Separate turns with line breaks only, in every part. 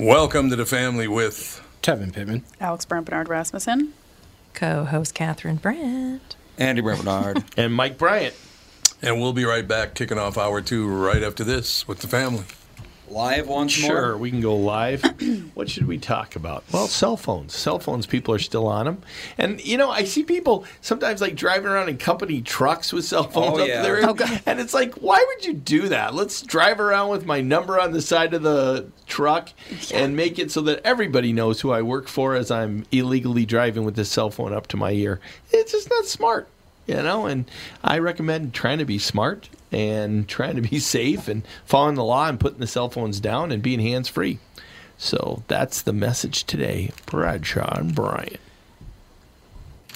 Welcome to the family with
Tevin Pittman.
Alex Brent Bernard Rasmussen.
Co-host Catherine Brandt.
Andy Brent Bernard.
and Mike Bryant.
And we'll be right back, kicking off hour two right after this with the family.
Live once
sure,
more.
we can go live. what should we talk about? Well, cell phones. Cell phones, people are still on them. And, you know, I see people sometimes like driving around in company trucks with cell phones
Oh,
up
yeah.
there. And it's like, why would you do that? Let's drive around with my number on the side of the truck and make it so that everybody knows who I work for as I'm illegally driving with this cell phone up to my ear. It's just not smart you know and i recommend trying to be smart and trying to be safe and following the law and putting the cell phones down and being hands free so that's the message today bradshaw and bryant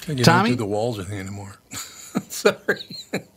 You don't
Tommy?
do the walls with me anymore. Sorry.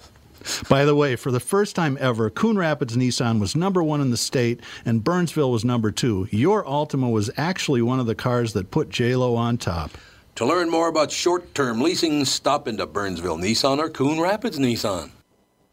By the way, for the first time ever, Coon Rapids Nissan was number one in the state and Burnsville was number two. Your Altima was actually one of the cars that put JLo on top.
To learn more about short-term leasing, stop into Burnsville Nissan or Coon Rapids Nissan.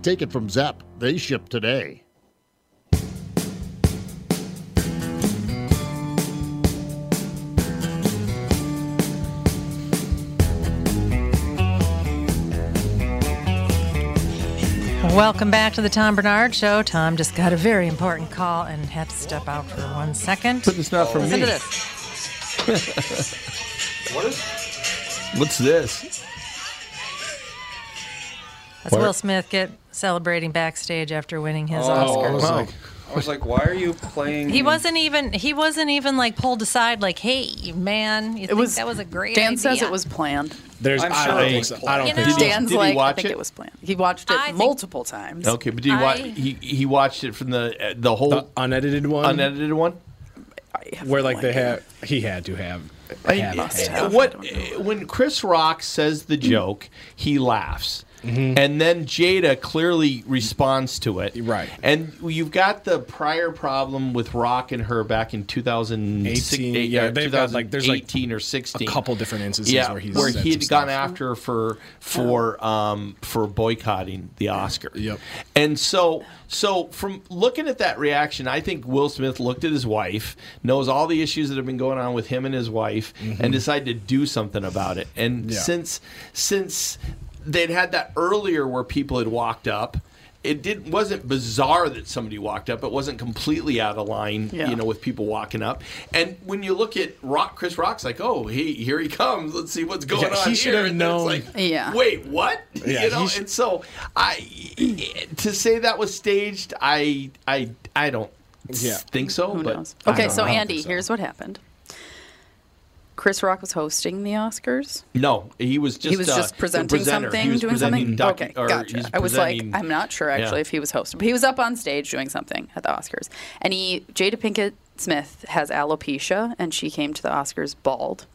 Take it from Zepp. They ship today.
Welcome back to the Tom Bernard Show. Tom just got a very important call and had to step out for one second.
but it's not for
Listen
me
to this.
what's this
That's
What?
Will Smith get celebrating backstage after winning his
Oh,
Oscar.
I was
Wow.
like, I was like, why are you playing?
He wasn't even he wasn't even like pulled aside like, hey man, you it think
was-
that was a great
Dan
idea.
says it was planned.
There's,
I'm
I,
sure
don't
it
think
was
so.
planned.
I don't
You
think
know-
so.
Dan's
did he
like, I
watch
think
it?
it? was planned. He watched it
I think-
multiple times.
okay but do you watch
I-
he, he watched it from the uh, the whole
The unedited one,
unedited one
I have
where
no
like they
idea.
have, he had to have.
I mean,
have
must
had. Mm-hmm.
have.
uh, what uh, when Chris Rock says the joke, he laughs. And then Jada clearly responds to it.
Right.
And you've got the prior problem with Rock and her back in 2018.
18, yeah, they've got, like, there's, like,
2018 or 16.
a couple different instances
yeah,
where he's
where
said
he had
some
gone
stuff. Oh.
after her for for um, for boycotting the Oscar.
Yep.
And so so from looking at that reaction, I think Will Smith looked at his wife, knows all the issues that have been going on with him and his wife, and decided to do something about it. And
Mm-hmm. Yeah.
since since they'd had that earlier where people had walked up. It did, wasn't bizarre that somebody walked up. It wasn't completely out of line,
Yeah.
you know, with people walking up. And when you look at Rock, Chris Rock's like, oh, he, here he comes. Let's see what's going
Yeah,
on
he
here.
should have
And then it's
known.
like,
Yeah.
Wait, what?
Yeah,
you know,
he sh-
and so I to say that was staged, I I I don't
Yeah.
think so.
Who
but
knows?
I
Okay,
don't
so
know.
Andy, here's what happened. Chris Rock was hosting the Oscars.
no, he was just
he was
uh,
just
the
presenting
presenter. He
something,
was
doing
presenting
something.
docu-
okay,
or
gotcha.
he's
I was like,
presenting-
I'm not sure actually
Yeah.
if he was hosting, but he was up on stage doing something at the Oscars. And he, Jada Pinkett Smith has alopecia, and she came to the Oscars bald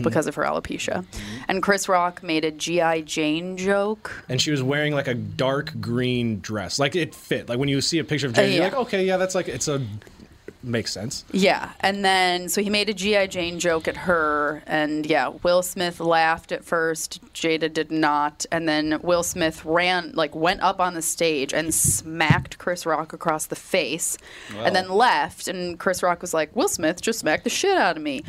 because of her alopecia. And Chris Rock made a GI Jane joke.
And she was wearing like a dark green dress, like it fit. Like when you see a picture of Jada,
Oh, yeah.
you're like, okay, yeah, that's like it's a makes sense.
Yeah, and then so he made a GI Jane joke at her, and yeah, Will Smith laughed at first. Jada did not, and then Will Smith ran like went up on the stage and smacked Chris Rock across the face, and then left. And Chris Rock was like, "Will Smith just smacked the shit out of me,"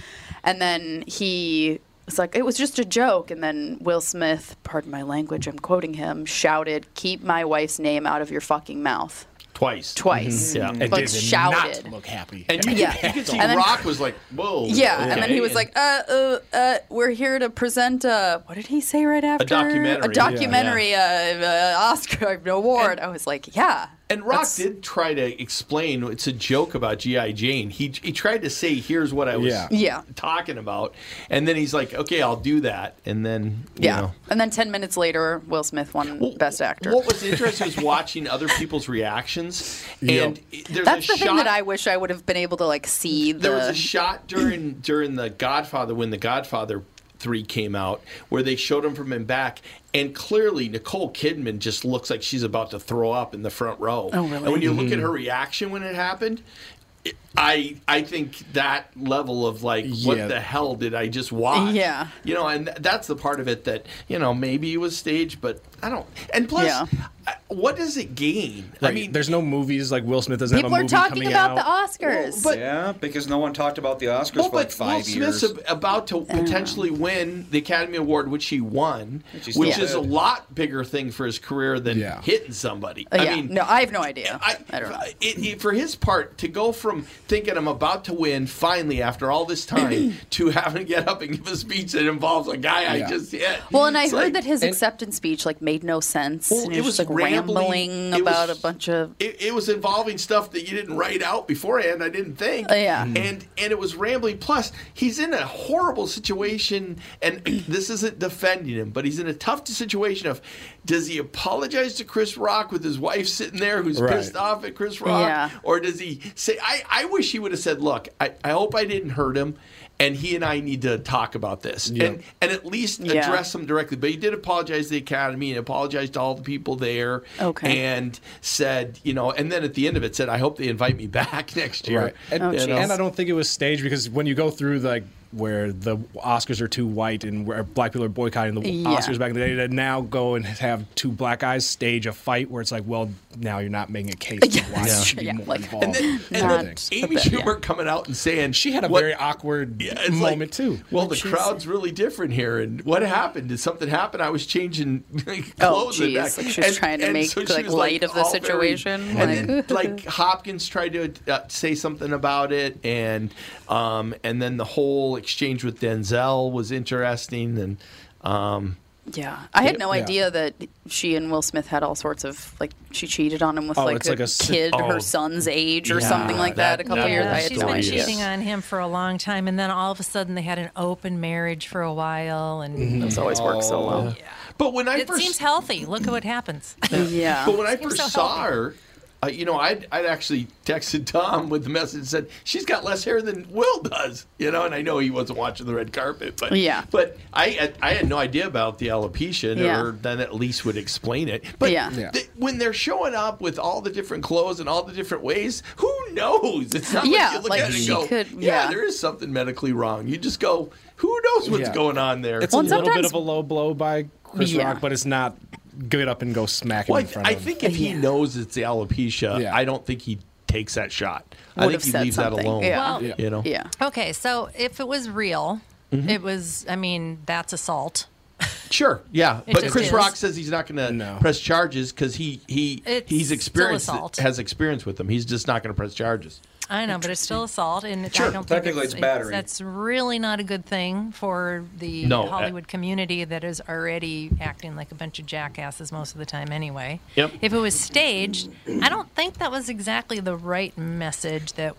and then he was like, "It was just a joke." And then Will Smith, pardon my language, I'm quoting him, shouted, "Keep my wife's name out of your fucking mouth."
twice.
Twice,
It
like
did
shouted.
not look happy.
And you,
Yeah.
you could see
And then-
Rock was like, whoa.
Yeah, and then
okay.
he was like, uh, uh, uh, we're here to present a, what did he say right after?
documentary.
A documentary, uh, uh, Oscar award. I was like, yeah.
And Rock
that's-
did try to explain it's a joke about GI Jane. He he tried to say here's what I was
Yeah.
Yeah.
talking about, and then he's like, okay, I'll do that, and then you
Yeah.
know.
And then 10 minutes later, Will Smith won Best Actor.
What was interesting was watching other people's reactions, and it- there's
that's
a
the
shot,
thing that I wish I would have been able to, like, see. The,
There was a shot during during the Godfather when the Godfather three came out where they showed him from in back and clearly Nicole Kidman just looks like she's about to throw up in the front row.
Oh, really?
And when you look
Mm-hmm.
at her reaction when it happened, it- I I think that level of like
Yeah.
what the hell did I just watch?
Yeah.
You know, and that's the part of it that, you know, maybe it was staged, but I don't and plus
Yeah.
I- what does it gain?
Right,
I mean
there's no movies like Will Smith doesn't
People
have a
are
movie
talking
coming
about
out.
the Oscars.
Well, but-
yeah, because no one talked about the Oscars
Well,
for like
but Will
five years.
Smith's ab- about to potentially win the Academy Award, which he won,
Which he
which,
still
is a
did.
lot bigger thing for his career than
Yeah.
hitting somebody.
Uh,
I
yeah.
mean,
no, I have no idea. I,
I,
don't know.
It, it- for his part, to go from thinking I'm about to win finally after all this time to having to get up and give a speech that involves a guy I
Yeah.
just hit.
Well, and I
It's
heard
like-
that his
and-
acceptance speech like made no sense.
Well,
and he
it
was
was
just, like
rambling- it
rambling
was-
about a bunch of
it, it was involving stuff that you didn't write out beforehand. I didn't think.
Uh, yeah. Mhm.
And and it was rambling. Plus, he's in a horrible situation, and this isn't defending him, but he's in a tough situation of, does he apologize to Chris Rock with his wife sitting there who's
Right.
pissed off at Chris Rock,
Yeah.
or does he say, I I wish he would have said, look, I I hope I didn't hurt him. And he and I need to talk about this, and and at least
Yeah.
address them directly. But he did apologize to the academy and apologize to all the people there,
Okay.
and said, you know, and then at the end of it said, I hope they invite me back next year.
Right. And,
Oh,
and
jeez.
I don't think it was staged because when you go through like where the Oscars are too white and where black people are boycotting the
Yeah.
Oscars back in the day, to now go and have two black guys stage a fight where it's like, well, now you're not making a case
Yeah,
for why
that's
you should
true.
be
Yeah,
more
like,
involved.
And then,
in
and
Not
then
things.
Amy
a bit, yeah.
Schumer coming out and saying
She had a
what-
very awkward
Yeah, it's
moment
like,
too.
Well, the crowd's really different here, and what happened? Did something happen? I was changing like,
Oh,
clothes. and
geez,
that-
like she was trying to make,
she
like,
was,
light of the
all very-
situation,
and
like-
then, like Hopkins tried to uh, say something about it, and um, and then the whole exchange with Denzel was interesting, and um,
Yeah, I had no
Yeah.
idea that she and Will Smith had all sorts of like she cheated on him with
Oh,
like
it's
a
like a si-
kid her
oh.
son's age or
Yeah,
something like that.
that-
a couple
that
years, I
whole
had
she's
no
been
story
idea.
cheating on him for a long time, and then all of a sudden they had an open marriage for a while, and
It's Mm-hmm. always worked so well.
Oh, but when I
it
first
seems healthy. Look at what happens.
Yeah,
But when I first
so
saw her, uh, you know, I'd, I'd actually texted Tom with the message that said she's got less hair than Will does, you know, and I know he wasn't watching the red carpet, but
Yeah.
but I had- I had no idea about the alopecia,
Yeah.
or then at least would explain it. But
Yeah.
Yeah.
th- when they're showing up with all the different clothes and all the different ways, who knows? It's not
Yeah,
like you look
like,
at it and
she
go,
could-
yeah.
yeah.
there is something medically wrong. You just go, who knows what's
Yeah.
going on there?
It's
Well,
a
and
little bit
sometimes-
of a low blow by Chris
Yeah.
Rock, but it's not get up and go smack him
Well, I,
in
th-
front
I
of him.
think if he
Yeah.
knows it's alopecia,
Yeah.
I don't think he takes that shot. I
Would
think
have
he
said
leaves
something.
that alone.
Yeah.
Well-
You know. Mm-hmm.
yeah,
Okay, so if it was real, it was. I mean, that's assault.
Sure. Yeah.
It
but
just
Chris
is.
Rock says he's not going to
No.
press charges because he he
It's
he's
still
experienced
assault.
has experience with them. He's just not going to press charges.
I know, but it's still assault, and I don't think
technically it's battery.
That's really not a good thing for the
No, uh,
Hollywood community that is already acting like a bunch of jackasses most of the time, anyway.
Yep.
If it was staged, I don't think that was exactly the right message that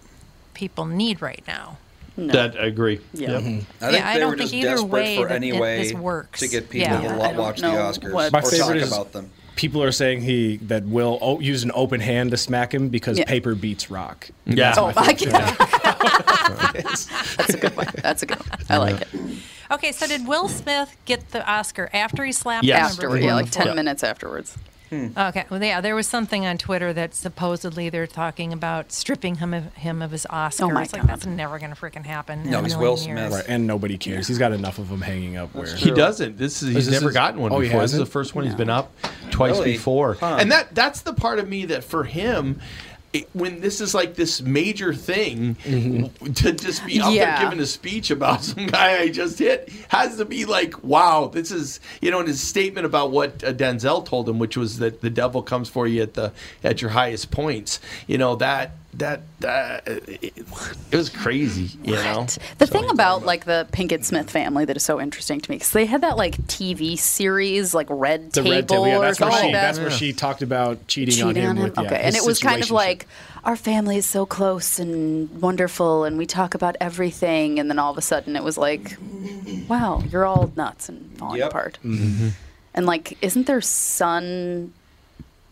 people need right now.
That I agree.
Yeah.
Mm-hmm. I think
Yeah, I
they
don't
were just
think either
desperate
way
for
that
any
it-
way
this works.
to get people
Yeah.
to
I
lo-
don't
watch the
know
Oscars
what-
or
My favorite
talk
is
about them.
people are saying he that Will o- used an open hand to smack him because
Yeah.
paper beats rock.
Yeah.
Oh, I get That's a good one. That's a good one. I like it.
Okay, so did Will Smith get the Oscar after he slapped
Yes.
him? or
Afterward,
before?
yeah, like ten
Yeah.
minutes afterwards.
Okay. Well, yeah, there was something on Twitter that supposedly they're talking about stripping him of, him of his Oscar.
Oh, my
it's like
God.
that's never going to freaking happen. in
No,
a
he's
million
Will
years.
Smith.
Right, and nobody cares. He's got enough of them hanging up. Where
He doesn't. This is he's
this
never
his-
gotten one
Oh, he
before. This is the
hasn't?
first one he's been up twice
Really?
before.
Huh.
And that that's the part of me that for him it, when this is like this major thing, to just be out
Yeah.
there giving a speech about some guy I just hit has to be like, wow, this is you know, and his statement about what uh, Denzel told him, which was that the devil comes for you at the at your highest points. You know that that that it, it was crazy. You know,
The
So-
thing about like the Pinkett Smith family that is so interesting to me because they had that like TV series like Red
the
Table
red table. Yeah,
or
that's where
something
she.
like that.
That's where she talked about cheating, on
Cheating
him.
on him.
With, yeah,
okay, and
his
it was kind of
situationship.
like our family is so close and wonderful, and we talk about everything, and then all of a sudden it was like, wow, you're all nuts and falling
Yep.
apart.
Mm-hmm.
And like, isn't their son?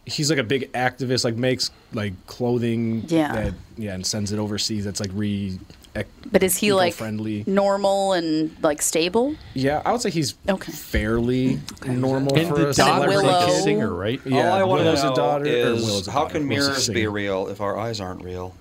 he's like a big activist. Like makes like clothing.
Yeah.
That, yeah, and sends it overseas. That's like re. ec-
But is he like
eco-friendly.
normal and like stable?
Yeah, I would say he's
Okay.
fairly normal
And
for
the
a
daughter
celebrity.
is like a
Willow.
singer, right?
Yeah,
All I want to
Willow's a
know
daughter- or
is
Willow's a
how
daughter.
can
Willow's a
mirrors be
singer.
real if our eyes aren't real?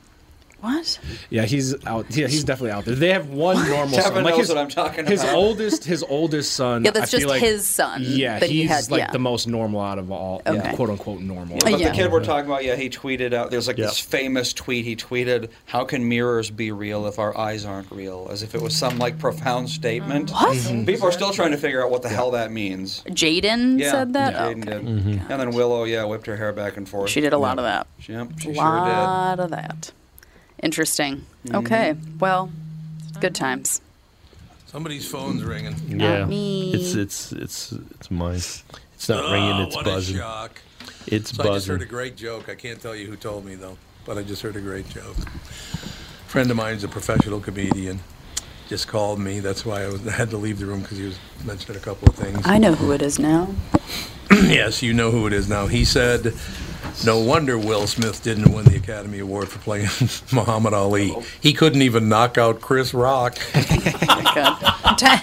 What?
Yeah, he's out. Yeah, he's definitely out there. They have one normal
Kevin
son. Like
knows
his,
what I'm talking
his
about.
oldest, his oldest son.
Yeah, that's
I feel
just
like-
his son
Yeah,
that he
he's
had,
like
yeah.
the most normal out of all,
Okay.
quote unquote normal.
But
Uh, Yeah.
the kid we're talking about, yeah, he tweeted out. There's like this famous tweet he tweeted: "How can mirrors be real if our eyes aren't real?" As if it was some like profound statement.
Mm.
Mm-hmm.
What?
People are still trying to figure out what the hell that means.
Jaden
Yeah,
said that. Oh,
Jaden
Okay.
did. And then Willow, yeah, whipped her hair back and forth.
She did a lot of that.
She- Yep,
A
she sure Mm-hmm.
lot of that. Interesting. Okay. Well, good times.
Somebody's phone's ringing.
Yeah,
me.
it's it's it's it's mine. It's not ringing. It's
Ah, what
buzzing.
a shock.
It's
So I just heard a
buzzing.
great joke. I can't tell you who told me though, but I just heard a great joke. friend of mine is a professional comedian. Just called me. That's why I, was, I had to leave the room because he was mentioning a couple of things.
I know who it is now.
yes, you know who it is now. He said, "No wonder Will Smith didn't win the Academy Award for playing Muhammad Ali. He couldn't even knock out Chris Rock."
God.
did.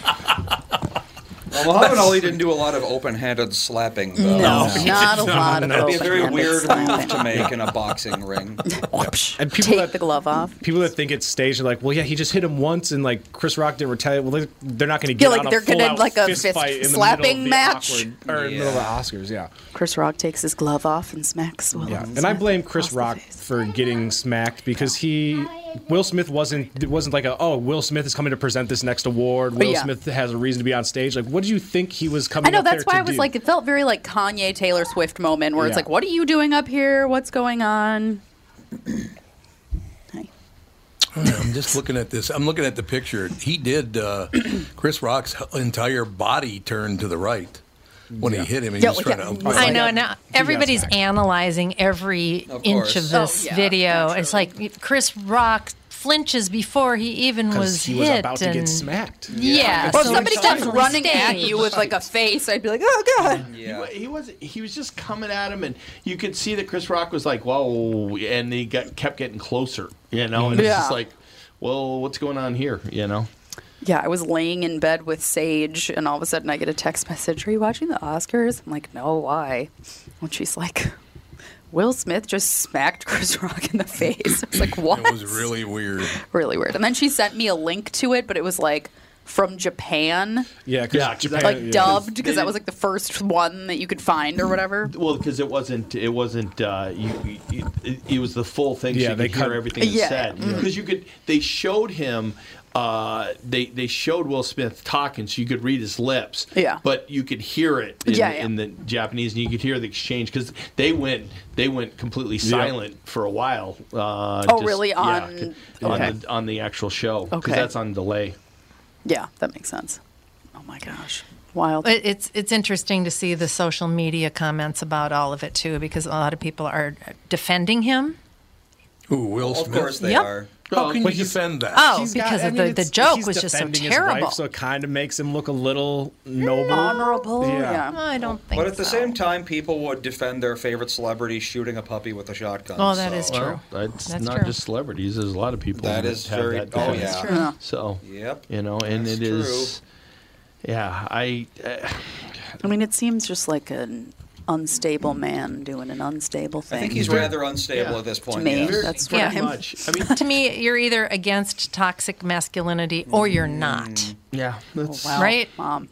Well, Muhammad Ali didn't do a lot of open-handed slapping. Though.
No, not a lot of
That'd be a very
open-handed
weird move
slapping.
to make in a boxing ring.
And people
Take
that-
the glove off.
People that think it's staged are like, well, yeah, he just hit him once, and like Chris Rock didn't retaliate. Well, they- they're not going to
Yeah,
get
like,
out a
they're gonna,
full-out
like, a
fist
fist
fight in the middle
slapping
of the
match.
awkward- or in the middle of the Oscars. Yeah,
Chris Rock takes his glove off and smacks Will.
yeah. And I blame Chris Rock for getting smacked because he, Will Smith wasn't it wasn't like a oh Will Smith is coming to present this next award. Will
yeah.
Smith has a reason to be on stage. Like, what do you think he was coming?
I know
up there
that's why
to
I was
do?
like, it felt very like Kanye Taylor Swift moment where it's
Yeah.
like, what are you doing up here? What's going on? Hi.
I'm just looking at this. I'm looking at the picture. He did uh, Chris Rock's entire body turned to the right when he hit him. And he
Yeah,
was
yeah.
trying to.
I
I
like
know
that.
now everybody's analyzing every
Of
inch
course.
of this
Oh, yeah,
video. It's like Chris Rock flinches before he even
'Cause
was
he
hit.
was about to
and-
get smacked.
Yeah.
Well,
so
if somebody
it's
starts
definitely
running at
staged.
you with like a face, I'd be like, oh god.
He
Yeah.
wa- He was he was just coming at him, and you could see that Chris Rock was like, "Whoa!" and he got kept getting closer, you know. And it's just
Yeah.
like, "Well, what's going on here?" You know.
Yeah, I was laying in bed with Sage, and all of a sudden I get a text message. Are you watching the Oscars? I'm like, no, why? And she's like, Will Smith just smacked Chris Rock in the face. I was like, what?
It was really weird.
really weird. And then she sent me a link to it, but it was like from Japan,
Yeah, 'cause
Yeah, 'cause
Japan,
like
yeah.
dubbed, because that was like the first one that you could find or whatever.
Well, because it wasn't it wasn't uh, you, you, it, it was the full thing.
Yeah,
so you
they
could
cut-
hear everything he
Yeah. Mm-hmm.
said because you could. They showed him. Uh, they they showed Will Smith talking, so you could read his lips.
Yeah.
but you could hear it in,
Yeah, yeah.
in the Japanese, and you could hear the exchange because they went they went completely silent for a while. Uh,
Oh, really? On-
c- on,
okay.
the, on the actual show because
Okay.
that's on delay.
Yeah, that makes sense. Oh my gosh. Wild.
It- It's it's interesting to see the social media comments about all of it too, because a lot of people are defending him.
Who Will
Of
Smith?
course they
Yep.
are.
How can you
But he's-
defend that?
Oh,
He's got-
because
I
of
mean,
the, the
it's-
joke
he's
was just so
defending his
terrible.
Wife, so it kind of makes him look a little noble.
Honorable.
Yeah.
Yeah.
I don't think.
But at the
so.
same time, people would defend their favorite celebrity shooting a puppy with a shotgun.
Oh, that is
so-
true.
That's,
That's
not
true.
just celebrities. There's a lot of people
That is
have
very.
that
oh
defense.
yeah.
Yeah.
So
Yep.
you know, and
That's
it is. Yeah, I. Uh,
I mean, it seems just like an unstable man doing an unstable thing.
I think he's rather unstable
Yeah.
at this point.
me,
yes.
that's
Very
what I'm-
much. I mean,
to me, you're either against toxic masculinity or you're not.
yeah. That's,
Wow,
Right?
Mm. Oh, Mom.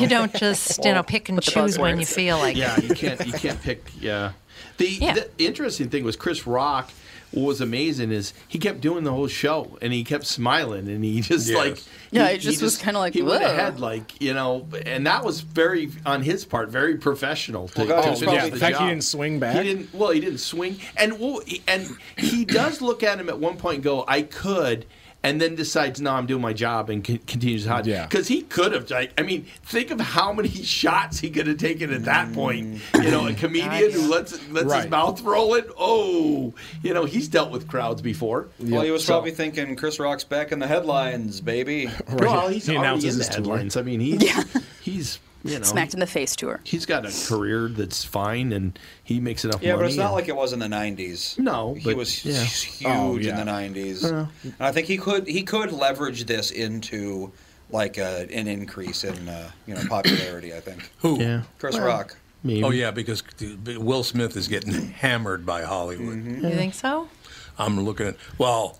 You don't just you know pick and
Put the
choose when you
buzzwords.
feel like it.
Yeah, you can't you can't pick. Yeah, the,
Yeah.
the interesting thing was Chris Rock. What was amazing is he kept doing the whole show and he kept smiling and he just
Yes.
like
Yeah, it just was kinda like,
he went
"Whoa."
ahead like you know and that was very on his part very professional to,
Well, God,
to
it's
do
probably-
yeah,
the
the fact he
job.
didn't swing back.
He didn't. Well, he didn't swing, and well, he- and he does look at him at one point and go, "I could," and then decides, "No, I'm doing my job," and con- continues hot.
Yeah.
because he could have. Like, I mean, think of how many shots he could have taken at that point. You know, a comedian who lets lets his
Mm. Right.
mouth roll it. Oh, you know, he's dealt with crowds before.
Well, he was
So-
probably thinking Chris Rock's back in the headlines, baby.
Well, he's
He
already
announces
in the
his tour.
headlines. I mean, he he's you know.
Smacked in the face to her.
He's got a career that's fine, and he makes enough
Yeah,
money.
but it's not
and-
like it was in the '90s.
No,
he
but-
was
yeah.
huge
Oh, yeah. Uh-huh.
in the '90s, and I think he could he could leverage this into like a, an increase in uh, you know popularity. I think
Who?
Yeah.
Chris Rock.
Maybe.
Oh yeah, because Will Smith is getting hammered by Hollywood.
You
Mm-hmm.
think so?
I'm looking at well.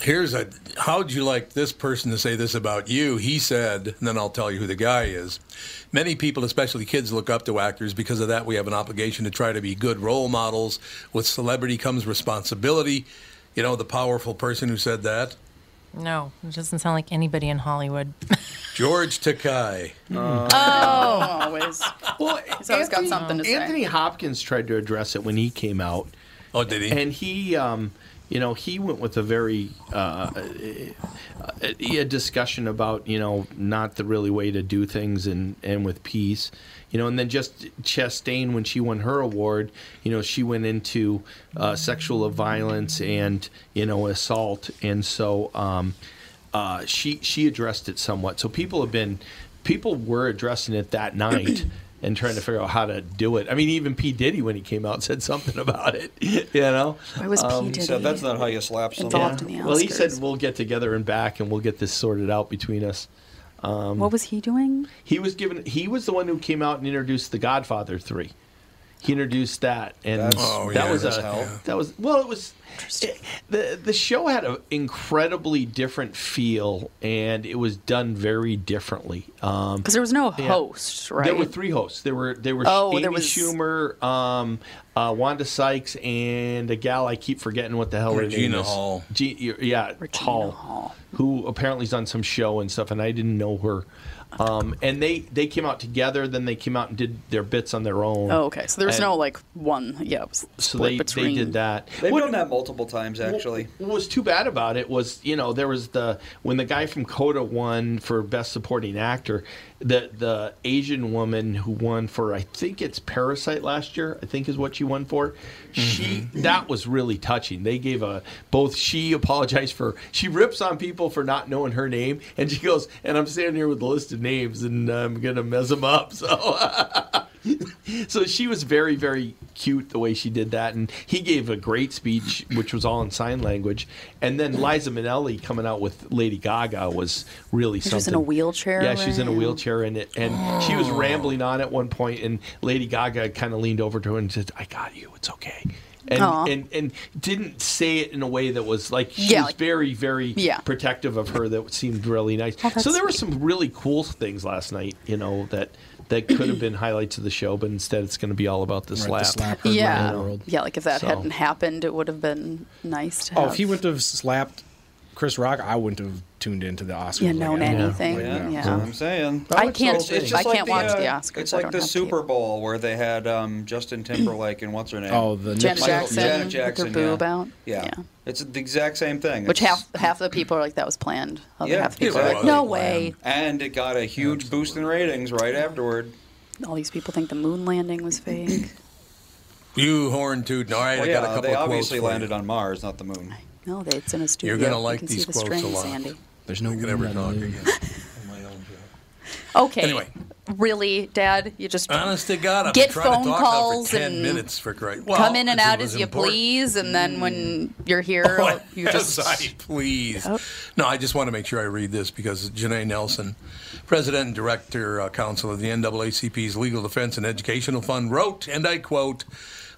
Here's a how'd you like this person to say this about you? He said, and then I'll tell you who the guy is. Many people, especially kids, look up to actors because of that. We have an obligation to try to be good role models. With celebrity comes responsibility. You know, the powerful person who said that,
No, it doesn't sound like anybody in Hollywood.
George Takai.
Always.
Well,
He's always got something to say.
Uh, Anthony Hopkins tried to address it when he came out,
Oh, did he?
and he, um, you know, he went with a very uh, uh, a discussion about you know not the really way to do things and and with peace, you know, and then just Chastain when she won her award, you know, she went into uh, sexual violence and you know assault, and so. Um, uh, she she addressed it somewhat. So people have been people were addressing it that night and trying to figure out how to do it. I mean, even P Diddy when he came out said something about it. You know, Um,
Why was P
He
Diddy
said that's not how you slap someone.
Involved in the
well, he said
Oscars.
we'll get together and back and we'll get this sorted out between us. Um,
What was he doing?
He was given he was the one who came out and introduced The Godfather three. He introduced that, and
That's-
Oh,
that
yeah,
was
that's
a
hell.
that was well. It was it- the the show had an incredibly different feel, and it was done very differently. Um,
Because there was no host, right?
There were three hosts. There were there were
Oh,
Amy
there was-
Schumer, um, uh, Wanda Sykes, and a gal I keep forgetting what the hell her
Regina
name is.
Hall.
G- yeah,
Regina
Hall,
Hall.
who apparently's on some show and stuff, and I didn't know her. Um, and they they came out together. Then they came out and did their bits on their own.
Oh, okay. So there was
And
no like one. Yeah. It was
So
split
they, they
between.
did that.
They've
What-
done that multiple times actually.
what was too bad about it was, you know, there was the when the guy from Coda won for best supporting actor, the the Asian woman who won for I think it's Parasite last year, I think is what she won for. She
Mm-hmm.
that was really touching. They gave a both she apologized for she rips on people for not knowing her name and she goes, and I'm standing here with a list of names and I'm going to mess them up. So so she was very, very cute the way she did that, and he gave a great speech, which was all in sign language. And then Liza Minnelli coming out with Lady Gaga was really
She
something.
was in a wheelchair, Oh.
Yeah, she was in a
right?
wheelchair, and it, and she was rambling on at one point, and Lady Gaga kind of leaned over to her and said, "I got you. It's okay." And,
Aw.
and and didn't say it in a way that was like she
Yeah,
was
like-
very very
Yeah.
protective of her that seemed really nice.
Oh, that's
so there were some really cool things last night, you know, that that could have been highlights of the show, but instead it's going to be all about the
Right,
slap.
the slap heard around
Yeah.
the world.
Yeah. Like if that
So-
hadn't happened, it would have been nice to
Oh,
have.
if he wouldn't have slapped Chris Rock, I wouldn't have tuned into the Oscars.
Yeah,
like
known
I did.
anything.
Yeah,
Yeah.
that's what I'm saying.
I can't.
It's- it's
I
just
can't
like
watch the
uh,
Oscars.
It's
I
like
don't
the
have
Super
tape.
Bowl where they had um, Justin Timberlake and what's her name?
Oh, the
Janet
Nixon-
Jackson,
Janet
with her
Jackson.
boob
yeah.
out.
Yeah.
Yeah.
it's the exact same thing.
Which
It's-
half Oh, half the people are like that was planned. Other
Yeah,
half the people are like,
exactly.
no way.
and it got a huge boost in ratings right afterward.
All these people think the moon landing was fake.
You horn toot. All right,
Well,
I got a
yeah,
couple
they
of quotes.
obviously
for you.
landed on Mars, not the moon.
No, they, it's in a studio.
You're gonna like
you can
these
see the
quotes
strings,
a lot.
Andy.
There's no
I can never
wind on
talk
the-
again. on my own job.
Okay.
Anyway.
really, Dad, you just
Honest to God, I'm
Get
trying
phone
to talk
calls
now for ten
and
minutes for Christ. Well,
come in and
if it
out
was
as you
important.
please, and then when you're here,
Oh,
you
as
just
I please. No, I just want to make sure I read this because Janae Nelson, president and director uh, counsel of the NAACP's Legal Defense and Educational Fund, wrote, and I quote,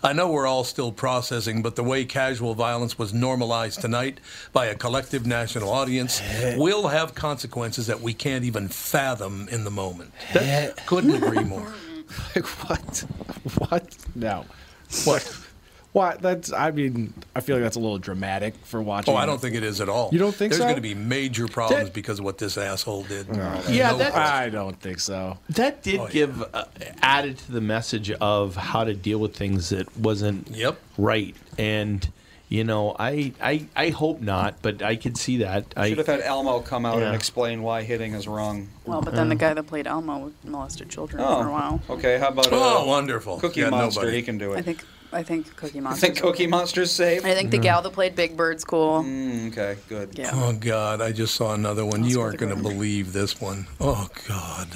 I know we're all still processing, but the way casual violence was normalized tonight by a collective national audience will have consequences that we can't even fathom in the moment.
Eh.
Couldn't agree more.
Like what? What? No. What? What? That's. I mean, I feel like that's a little dramatic for watching.
Oh, I don't think it is at all.
You don't think
There's
so?
going to be major problems
That-
because of what this asshole did.
Yeah,
No
that-
question.
I don't think so.
That did
Oh, yeah.
give uh, added to the message of how to deal with things that wasn't
Yep.
right. And you know, I I, I hope not, but I could see that.
Should have
I
had Elmo come out
Yeah.
and explain why hitting is wrong.
well. But then the guy that played Elmo molested children for a while.
Oh, okay. How about
Oh,
uh,
wonderful.
Cookie
Yeah,
Monster?
nobody.
He can do it.
I think I think Cookie
I
Monster.
think Cookie Monster's safe.
I think the gal that played Big Bird's cool.
Mm, Okay, good.
Yeah.
Oh God, I just saw another one. You aren't going to believe this one. Oh God,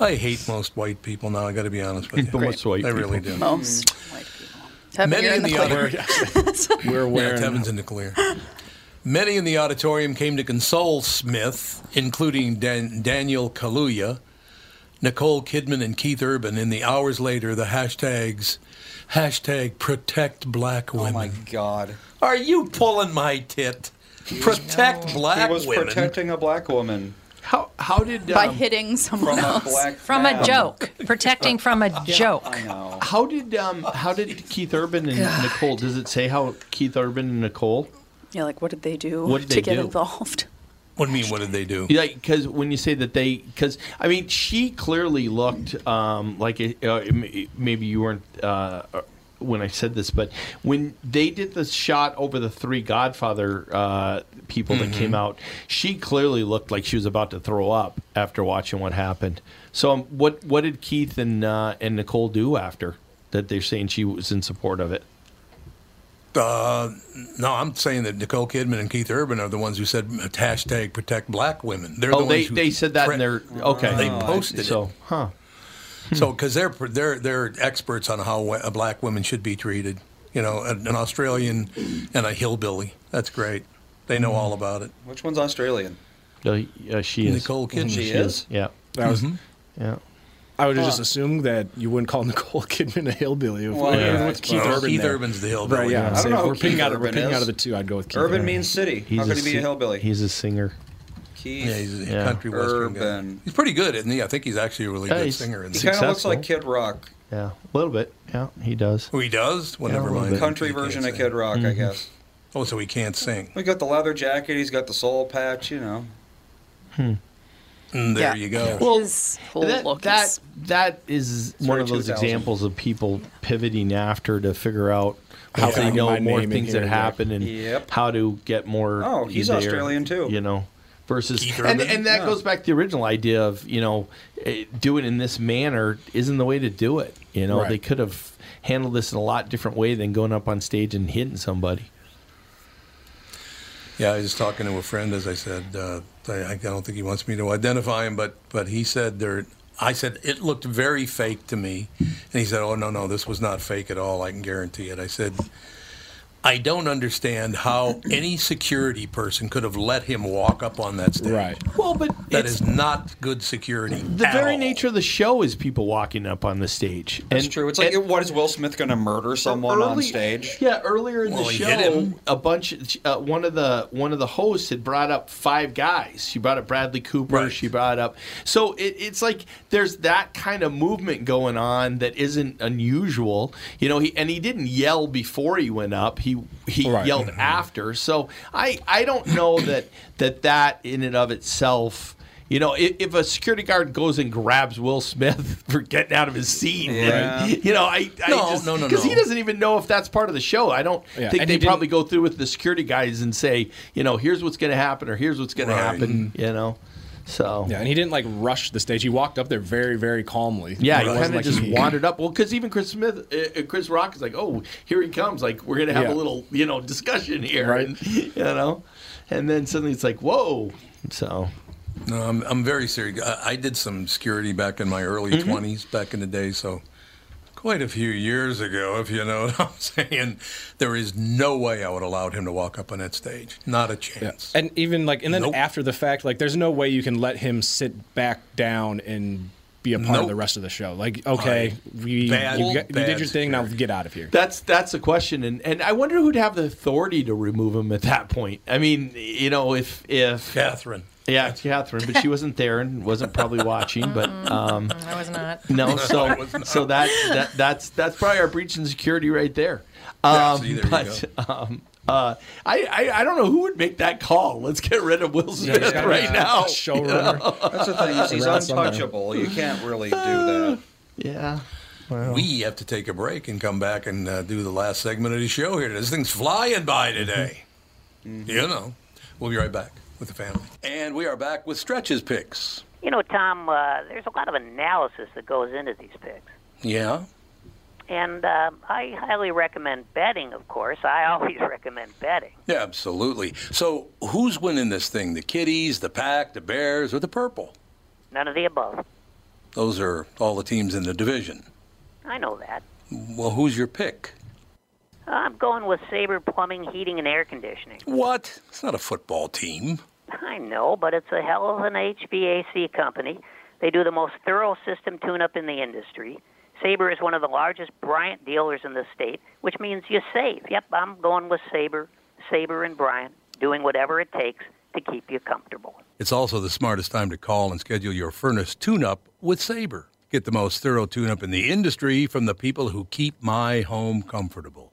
I hate most white people now. I got to be honest with you.
Most white
I really do.
Most
Mm.
white people. Tevin,
Many
you're
in the
clear.
other.
We're
Yeah,
aware.
Tevin's in the clear. Many in the auditorium came to console Smith, including Dan- Daniel Kaluuya, Nicole Kidman, and Keith Urban. In the hours later, the hashtags, hashtag protect black
Oh
women.
my God.
Are you pulling my tit? Protect black
he was
women.
protecting a black woman
how how did
by
um,
hitting
from
someone
a
else.
black
From a
man.
joke. Protecting from a joke.
I know.
how did um how did Keith Urban and Nicole? Does it say how Keith Urban and Nicole?
Yeah, like what did they do
What did
to
they
get
do?
involved?
What do you mean? What did they do?
Like because when you say that they because I mean she clearly looked um like a, uh, m- maybe you weren't uh when I said this, but when they did the shot over the three Godfather uh, people that
Mm-hmm.
came out, she clearly looked like she was about to throw up after watching what happened. So, um, what what did Keith and uh, and Nicole do after that? They're saying she was in support of it.
Uh, no, I'm saying that Nicole Kidman and Keith Urban are the ones who said hashtag protect black women. They're the
Oh,
ones
they,
who
they said that in their
threat-
okay.
They posted it.
so, huh?
so because they're they're they're experts on how wa- black women should be treated. You know, an, an Australian and a hillbilly. That's great. They know all about it.
Which one's Australian?
Uh, yeah, she is
Nicole Kidman.
She is?
Yeah,
That was.
yeah.
I would have just assumed that you wouldn't call Nicole Kidman a hillbilly. If,
Well, yeah,
even
I
with
suppose.
Keith
Well,
Urban
Keith
there.
Urban's the hillbilly.
Right, yeah.
I
so
don't know
if
who
we're
Keith
picking, out, of- we're
Urban
picking
is.
out of the two, I'd go with Keith
Urban means city. How could he be a hillbilly?
He's a singer.
Keith.
Yeah, he's a
Yeah.
country western guy.
Urban.
He's pretty good, isn't he? I think he's actually a really
Yeah,
good
he's-
singer. In
he
the-
kind of looks
successful.
like Kid Rock.
Yeah, a little bit. Yeah, he does.
Oh, he does. Well, never
a little
mind.
bit. Mm-hmm.
Country
He can't
version of
sing.
Kid Rock, I guess.
Oh, so he can't sing.
We got the leather jacket. He's got the soul patch. You know.
Mm, there
Yeah.
you go.
His whole
That,
look
that
is
that is
It's
one
very
of those
2000.
examples of people pivoting after to figure out how
Yeah.
they know
My
more
name in
things
here
that
and there.
happen and
Yep.
how to get more.
Oh, he's
there,
Australian too.
You know, versus
Keith
and,
Urban?
and that
Yeah.
goes back to the original idea of you know eh, do it in this manner isn't the way to do it. You know,
Right.
they could have handled this in a lot different way than going up on stage and hitting somebody.
Yeah, I was just talking to a friend, as I said. Uh, I, I don't think he wants me to identify him, but but he said there. I said it looked very fake to me, and he said, "Oh no, no, this was not fake at all. I can guarantee it." I said, "I don't understand how any security person could have let him walk up on that stage.
Right.
Well, but
That
it's
is not good security.
the very nature of the show is people walking up on the stage.
That's true. It's like, what is Will Smith going to murder someone on
Early-
stage?
Yeah, earlier in
Well,
the
he
show,
hit him.
a bunch. Uh, one of the one of the hosts had brought up five guys. She brought up Bradley Cooper.
Right.
She brought up. So it, it's like there's that kind of movement going on that isn't unusual. You know, he and he didn't yell before he went up. He he
Right.
yelled
Mm-hmm.
after. So I I don't know that that that in and of itself. You know, if, if a security guard goes and grabs Will Smith for getting out of his seat,
Yeah.
you know, I, I
No,
just,
no, no,
because he
no.
doesn't even know if that's part of the show. I don't
Yeah,
think
and
they
he didn't-
probably go through with the security guys and say, you know, here's what's going to happen or here's what's going
Right.
to happen, you know. So
Yeah, and he didn't like rush the stage. He walked up there very, very calmly.
Yeah,
It
he
wasn't
kind of
like
just
he-
wandered up. Well, because even Chris Smith, uh, uh, Chris Rock is like, oh, here he comes. Like we're gonna have
Yeah.
a little, you know, discussion here,
Right.
and, you know, and then suddenly it's like, whoa. So
No, I'm, I'm very serious. I, I did some security back in my early 20s, back in the day. So, quite a few years ago, if you know what I'm saying, there is no way I would allowed him to walk up on that stage. Not a chance.
And even like, and then
Nope.
after the fact, like, there's no way you can let him sit back down and be a part of
Nope.
the rest of the show. Like, okay, we
Bad-
you, got- you
bad
did your thing, now
security.
get out of here.
That's that's the question, and and I wonder who'd have the authority to remove him at that point. I mean, you know, if if
Catherine.
yeah, Catherine, but she wasn't there and wasn't probably watching. But um,
I was not.
no,
I
so
was not.
so that, that that's that's probably our breach in security right there.
Yeah,
Um,
see, there you
but um, uh, I, I I don't know who would make that call. Let's get rid of Will Smith
There's gotta be
right
a
now.
showrunner.
That's the thing. Is he's
Around somewhere.
untouchable. You can't really do that.
Yeah.
We have to take a break and come back and uh, do the last segment of the show here. This thing's flying by today. You know, we'll be right back with the family. Mm-hmm. And we are back with Stretches Picks.
You know, Tom, uh, there's a lot of analysis that goes into these picks.
Yeah.
And uh, I highly recommend betting, of course. I always recommend betting.
Yeah, absolutely. So, who's winning this thing? The Kitties, the Pack, the Bears, or the Purple?
None of the above.
Those are all the teams in the division.
I know that.
Well, who's your pick?
I'm going with Sabre Plumbing, Heating, and Air Conditioning.
What? It's not a football team.
I know, but it's a hell of an HVAC company. They do the most thorough system tune up in the industry. Sabre is one of the largest Bryant dealers in the state, which means you save. Yep, I'm going with Sabre, Sabre and Bryant, doing whatever it takes to keep you comfortable.
It's also the smartest time to call and schedule your furnace tune up with Sabre. Get the most thorough tune up in the industry from the people who keep my home comfortable.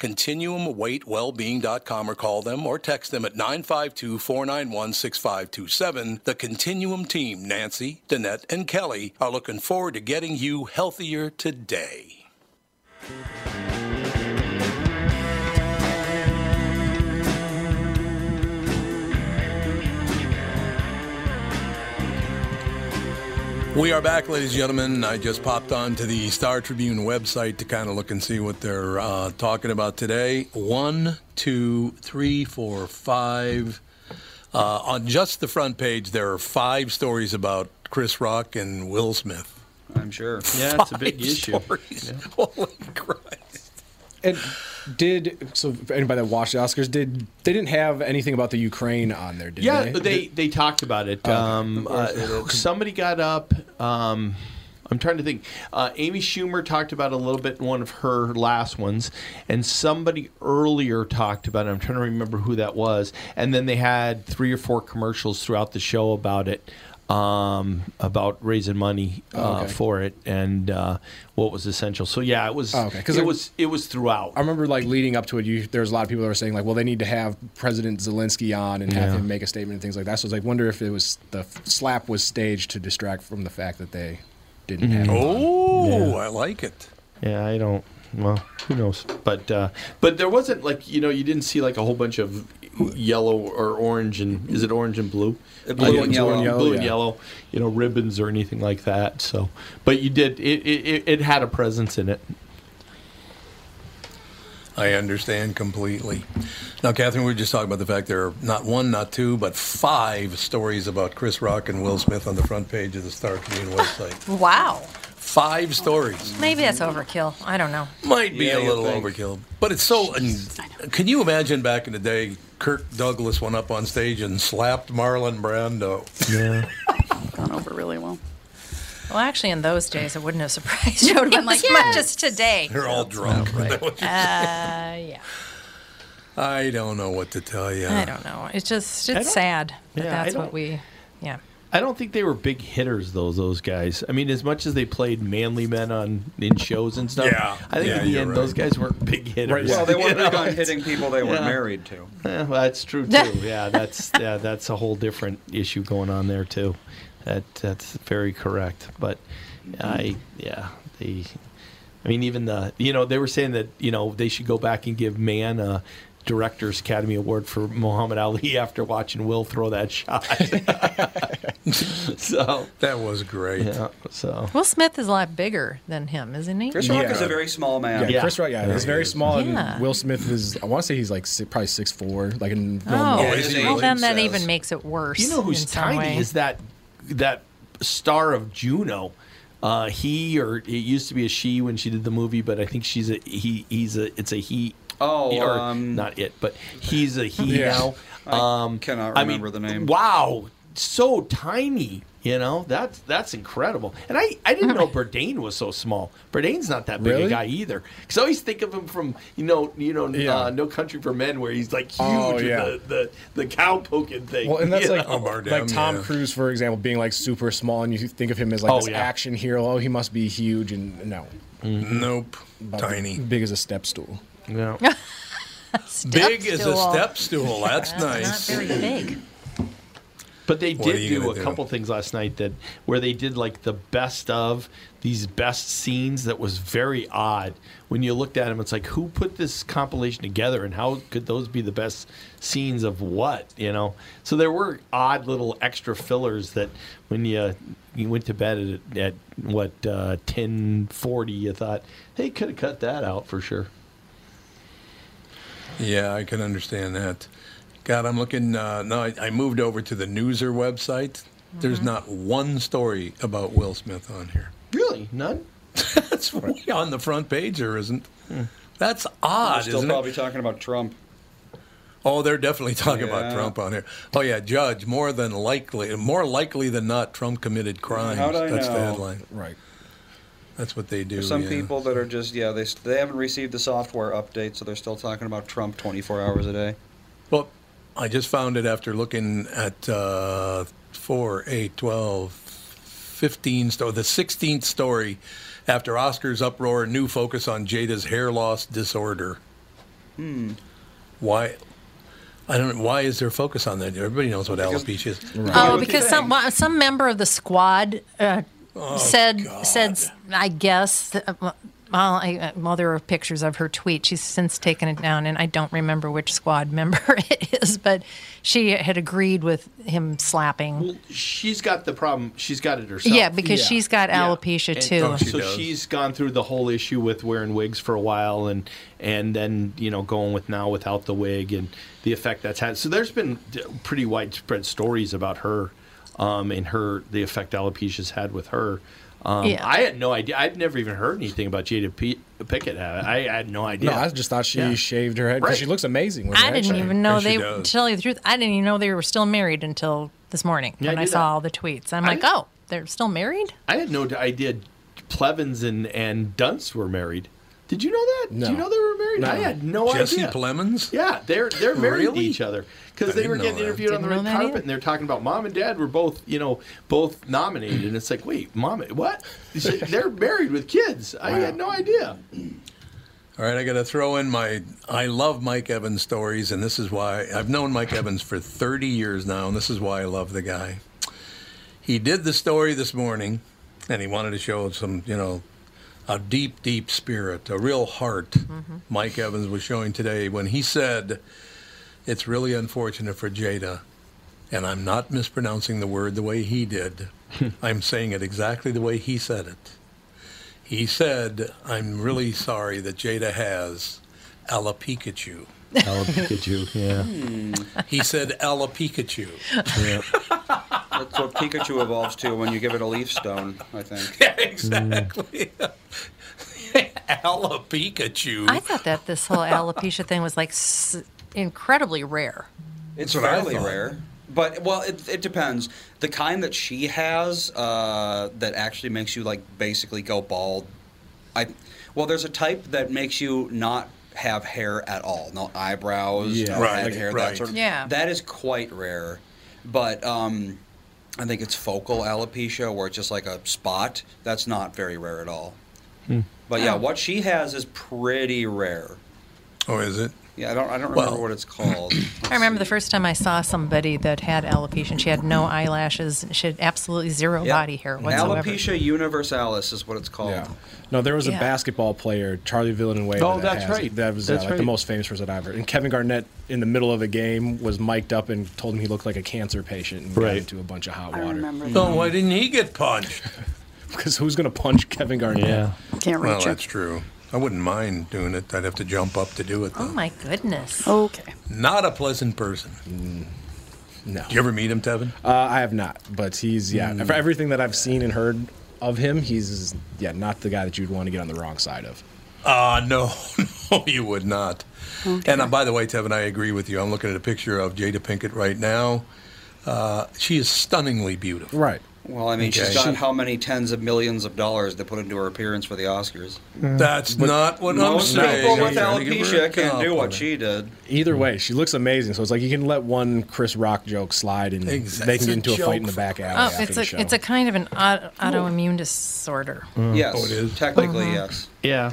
ContinuumWeightWellbeing.com or call them or text them at 952 491 6527. The Continuum team, Nancy, Danette, and Kelly, are looking forward to getting you healthier today. We are back, ladies and gentlemen. I just popped onto the Star Tribune website to kind of look and see what they're uh, talking about today. One, two, three, four, five. Uh, on just the front page, there are five stories about Chris Rock and Will Smith.
I'm sure.
Yeah, it's a big issue.
Stories. Holy Christ.
And did so? for Anybody that watched the Oscars did they didn't have anything about the Ukraine on there, did
Yeah,
they? Oh.
they they talked about it. Um, uh, somebody got up. Um, I'm trying to think. Uh, Amy Schumer talked about it a little bit in one of her last ones, and somebody earlier talked about it. I'm trying to remember who that was. And then they had three or four commercials throughout the show about it, um, about raising money uh,
Oh, okay.
for it and uh, what was essential. So yeah, it was.
Oh, okay. 'Cause
it
I-
was it was throughout.
I remember like leading up to it, you, there was a lot of people that were saying like, well, they need to have President Zelensky on and have
Yeah.
him make a statement and things like that. So I was like, wonder if it was the f- slap was staged to distract from the fact that they didn't have. him on.
Oh, I like it.
Mm. Yeah, I don't. Well, who knows? But uh, but there wasn't like you know you didn't see like a whole bunch of yellow or orange and is it orange and blue?
Uh, Blue and
I didn't-
yellow.
blue and
Yeah.
yellow, you know ribbons or anything like that. So, but you did it. It, it, it had a presence in it.
I understand completely. Now, Catherine, we were just talking about the fact there are not one, not two, but five stories about Chris Rock and Will Smith on the front page of the Star Tribune website.
Wow.
Five stories.
Maybe that's overkill. I don't know.
Might be
Yeah,
a
you
little
think.
overkill, but it's so. And can you imagine back in the day, Kirk Douglas went up on stage and slapped Marlon Brando?
Yeah.
Gone over really well.
Well, actually, in those days, it wouldn't have surprised you. It would have been like, as much as today.
They're all drunk.
Uh, yeah.
I don't know what to tell you.
I don't know. It's just,
don't-
it's sad that
Yeah, I
that's what
don't-
we, yeah.
I don't think they were big hitters though. Those guys. I mean, as much as they played manly men on in shows and stuff.
Yeah.
I think
Yeah,
in the
you're
end,
right.
those guys weren't big hitters.
Right,
Well, they
You
weren't big
know,
on hitting people they were
yeah.
married to.
Yeah, well, that's true too. Yeah, that's yeah, that's a whole different issue going on there too. That that's very correct. But I yeah, the I mean even the you know they were saying that you know they should go back and give man a director's academy award for Muhammad Ali after watching Will throw that shot. so
That was great.
yeah, so
Will Smith is a lot bigger than him, isn't he?
Chris Rock
Yeah.
is a very small man.
Yeah,
Yeah.
Chris Rock. Yeah, he's very small,
Yeah.
and Will Smith is. I want to say he's like si probably six four, like a n-
Oh,
normal.
Yeah, his
well,
age
then that
says-
even makes it worse.
You know who's
in some
tiny
way.
is that that star of Juno. Uh, he or it used to be a she when she did the movie, but I think she's a he. He's a it's a he.
Oh,
or
um,
not it, but he's a he
Yeah.
now. Um,
cannot
I mean,
remember the name.
Wow, so tiny. You know that's that's incredible. And I I didn't know Bourdain was so small. Bourdain's not that big a
Really?
guy either. Because I always think of him from you know you know
Yeah.
uh, No Country for Men where he's like huge
Oh,
with
yeah.
the, the the cow poking thing.
Well, and that's
you
like
know?
Bardem,
like Tom
yeah.
Cruise, for example, being like super small, and you think of him as like
Oh,
this
yeah.
action hero. Oh, he must be huge, and no,
Nope. Tiny.
big as a step stool.
No.
Step
Big as a
stool.
step stool. That's
Not
nice.
very big.
But they
What are
did
you
do
gonna
a
do?
couple things last night that where they did like the best of these best scenes that was very odd. When you looked at them, it's like who put this compilation together and how could those be the best scenes of what? You know, so there were odd little extra fillers that when you you went to bed at at what uh, ten forty, you thought, hey, could have cut that out for sure.
Yeah, I can understand that. God, I'm looking. Uh, no, I, I moved over to the Newser website.
Mm-hmm.
There's not one story about Will Smith on here.
Really, none.
That's on the front page. There isn't. That's odd,
We're Hmm. still
isn't it?
probably talking about Trump.
Oh, they're definitely talking about
Yeah.
Trump on here. Oh yeah, Judge. More than likely, more likely than not, Trump committed crimes.
How'd I
That's the
know?
headline.
Right.
That's what they do.
Some
yeah.
people that are just yeah they they haven't received the software update, so they're still talking about Trump 24 hours a day.
Well, I just found it after looking at uh, 4, 8, 12, 15, sto- the 16th story after Oscar's uproar, new focus on Jada's hair loss disorder. Hmm. Why? I don't. Why is there focus on that? Everybody knows what alopecia is.
Oh, because some well, some member of the squad uh, said
God.
said I guess. uh, Well, I, well, there are pictures of her tweet. She's since taken it down, and I don't remember which squad member it is, but she had agreed with him slapping.
Well, she's got the problem. She's got it herself.
yeah, because
yeah.
she's got
Yeah.
alopecia
And-
too.
Oh, she
so
does.
she's gone through the whole issue with wearing wigs for a while, and and then you know going with now without the wig and the effect that's had. So there's been d- pretty widespread stories about her, um, and her the effect alopecia's had with her. Um,
Yeah.
I had no idea. I'd never even heard anything about Jada P- Pickett. I, I had no idea.
No, I just thought she
Yeah.
shaved her head because
Right.
she looks amazing. With her
I
head
didn't
shaved.
even know
And she
they. To
does.
tell you the truth, I didn't even know they were still married until this morning
Yeah, I
when I,
knew
saw
that.
all the tweets. I'm
I
like,
didn't-
oh, they're still married.
I had no idea Plevins and and Dunst were married. Did you know that? Did
No.
you know they were married? I had no
Jesse
idea.
Plemons.
Yeah, they're they're married
Really?
to each other
I
because they were
didn't know
getting
that.
interviewed on the red
Didn't know that
carpet,
either.
and they're talking about mom and dad were both you know both nominated, and it's like wait, mom, what? they're married with kids. I had no idea.
All right, I got to throw in my I love Mike Evans stories, and this is why I've known Mike Evans for 30 years now, and this is why I love the guy. He did the story this morning, and he wanted to show some, you know, a deep, deep spirit, a real heart.
Mm-hmm.
Mike Evans was showing today when he said, It's really unfortunate for Jada, and I'm not mispronouncing the word the way he did. I'm saying it exactly the way he said it. He said, I'm really sorry that Jada has Ella Pikachu.
Hello, Pikachu. Yeah.
He said Ella Pikachu.
That's what Pikachu evolves to when you give it a leaf stone. I think.
exactly. Ella Pikachu.
I thought that this whole alopecia thing was like s- incredibly rare.
It's
That's what I
fairly
thought.
rare. But well, it, it depends. The kind that she has uh, that actually makes you like basically go bald. I well, there's a type that makes you not have hair at all, no eyebrows,
Yeah.
no
Right,
head hair,
right.
that sort of.
Yeah.
that is quite rare. But um, I think it's focal alopecia, where it's just like a spot. That's not very rare at all.
Hmm.
But yeah, what she has is pretty rare.
Oh, is it?
Yeah, I don't, I don't remember
Well-
what it's called.
I remember the first time I saw somebody that had alopecia. and She had no eyelashes. and She had absolutely zero
Yeah.
body hair whatsoever.
Alopecia universalis is what it's called.
Yeah. No, there was
Yeah.
a basketball player, Charlie Villanueva.
Oh,
that
that's
has it.
right.
That was
That's
uh, like,
right.
the most famous person I've ever. And Kevin Garnett, in the middle of a game, was mic'd up and told him he looked like a cancer patient and
Right.
got into a bunch of hot
I
water.
remember.
So why didn't he get punched?
Because who's going to punch Kevin Garnett?
Yeah.
Can't
Well,
reach
that's
it.
true. I wouldn't mind doing it. I'd have to jump up to do it. Though.
Oh my goodness.
Okay.
Not a pleasant person.
No.
Do you ever meet him, Tevin? Mm.
Uh, I have not, but he's yeah.
Hmm.
For everything that I've seen and heard of him, he's yeah not the guy that you'd want to get on the wrong side of.
Uh, no, no, you would not. And uh, by the way, Tevin, I agree with you. I'm looking at a picture of Jada Pinkett right now. Uh, she is stunningly beautiful.
Right.
Well, I mean,
Okay.
she's got
She-
how many tens of millions of dollars they put into her appearance for the Oscars?
That's not what I'm
Mm. Most
saying.
people with
I'm trying to give her a
alopecia can't do what
compliment.
she did.
Either way, she looks amazing. So it's like you can let one Chris Rock joke slide, and
Exact-
they
it's
can get
a
into a fight in
joke.
the back alley.
Oh,
after
it's
the
a
show.
it's a kind of an auto, autoimmune disorder.
Yes,
Oh, it is?
technically yes.
Yeah.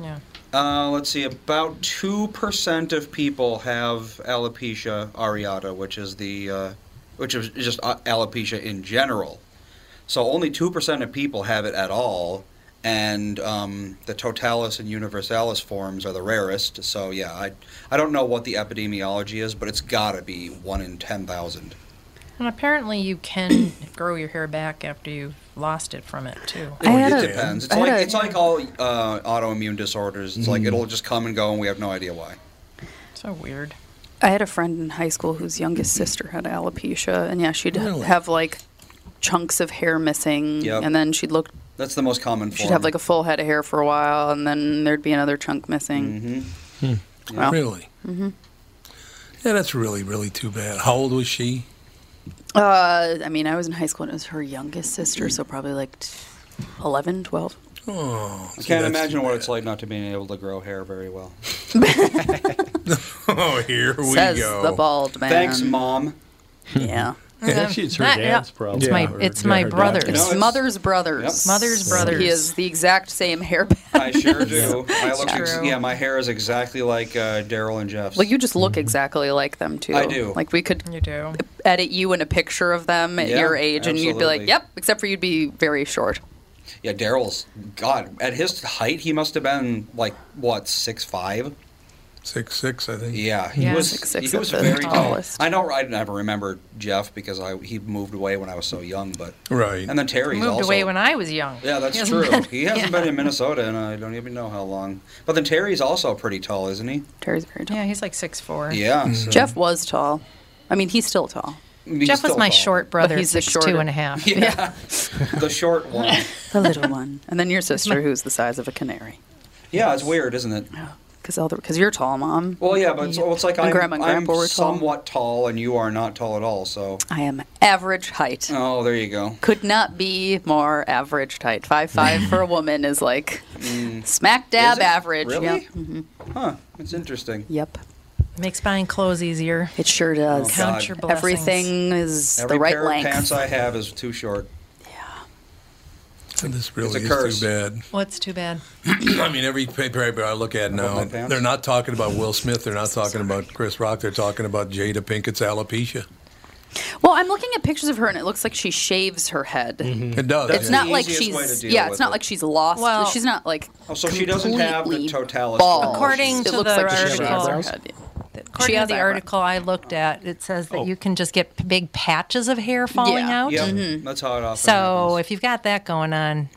Yeah.
Uh, let's see, about two percent of people have alopecia areata, which is the uh, which is just a- alopecia in general. So only two percent of people have it at all, and um, the totalis and universalis forms are the rarest. So yeah, I I don't know what the epidemiology is, but it's got to be one in ten thousand.
And apparently you can grow your hair back after you've lost it from it too.
I had
it
a-
depends. It's
I had
like
a- Mm-hmm.
it's like all uh, autoimmune disorders. It's like it'll just come and go, and we have no idea why.
So weird.
I had a friend in high school whose youngest sister had alopecia, and yeah, she'd
Really?
have like chunks of hair missing,
Yep.
and then she'd look.
That's the most common form.
She'd have like a full head of hair for a while, and then there'd be another chunk missing.
Mm-hmm.
Well,
Really? Mm-hmm. Yeah, that's really, really too bad. How old was she?
uh, I mean, I was in high school, and it was her youngest sister, so probably like t- 11, 12.
Oh,
I can't imagine what it's like not to being able to grow hair very well.
Oh, here we
Says
go.
the bald man.
Thanks, mom.
Yeah.
Actually, it's her
That- yeah.
dad's problem.
It's
Yeah,
my
or-
it's
yeah,
my
her dad's
brother's.
No, it's-
Mother's brothers.
Yep.
Mother's brothers.
He is the exact same hair pattern.
I sure do. I look ex-
True.
yeah, my hair is exactly like uh, Daryl and Jeff's.
Like you just look exactly like them too.
I do.
Like we could
You do.
edit you in a picture of them at
Yeah,
your age, and you'd be like,
absolutely.
"Yep," except for you'd be very short.
yeah, Daryl's. God, at his height, he must have been like what six five.
Six six, I think.
Yeah, he
Yeah.
was.
Six, six
he
at
was
the
very tall.
tallest.
I don't. I never remember Jeff because I he moved away when I was so young. But
Right.
and then Terry's
Moved
also
away when I was young.
Yeah, that's
He hasn't
true.
been-
he hasn't
yeah.
been in Minnesota, and I don't even know how long. But then Terry's also pretty tall, isn't he?
Terry's very tall.
Yeah, he's like six four.
Yeah. so-
Jeff was tall. I mean, he's still tall.
he's
Jeff was
still
my
tall.
short brother.
he's the
six
shorter.
two and a half.
Yeah. the short one.
The little one, and then your sister, who's the size of a canary.
Yeah, it's weird, isn't it?
Because all because you're tall, mom.
Well, yeah, but it's, well, it's like
And
I'm,
Grandma and
I'm
Grandpa were tall.
somewhat tall, and you are not tall at all. So,
I am average height.
oh, there you go.
Could not be more average height. Five five for a woman is like smack
Mm.
dab
Is it?
average.
Really?
Yep.
Huh? It's interesting.
Yep.
Makes buying clothes easier.
It sure does.
Oh, God.
Count your blessings.
Everything is
Every
the right
pair
length.
of pants I have is too short.
And this really
a
is
curse.
too bad.
What's too bad?
I mean, every paper I look at
About
now,
my pants?
they're not talking about Will Smith. They're not talking about Chris Rock. They're talking about Jada Pinkett's alopecia.
Well, I'm looking at pictures of her, and it looks like she shaves her head.
Mm-hmm. It does.
It's
That's
yeah.
not
the
like
easiest way to
she's
deal
yeah. It's
with
not
it.
like she's lost.
Well-
she's not like.
Oh, so she doesn't have the
completely
totalis
bald.
According
it
to
looks
the
like she shaves her
article-
head.
According to
has
the
eyebrows.
article I looked at, it says that you can just get p- big patches of hair falling
Yeah. Mm-hmm.
out.
Oh. Yep, that's how it often
So
happens.
if you've got that going on,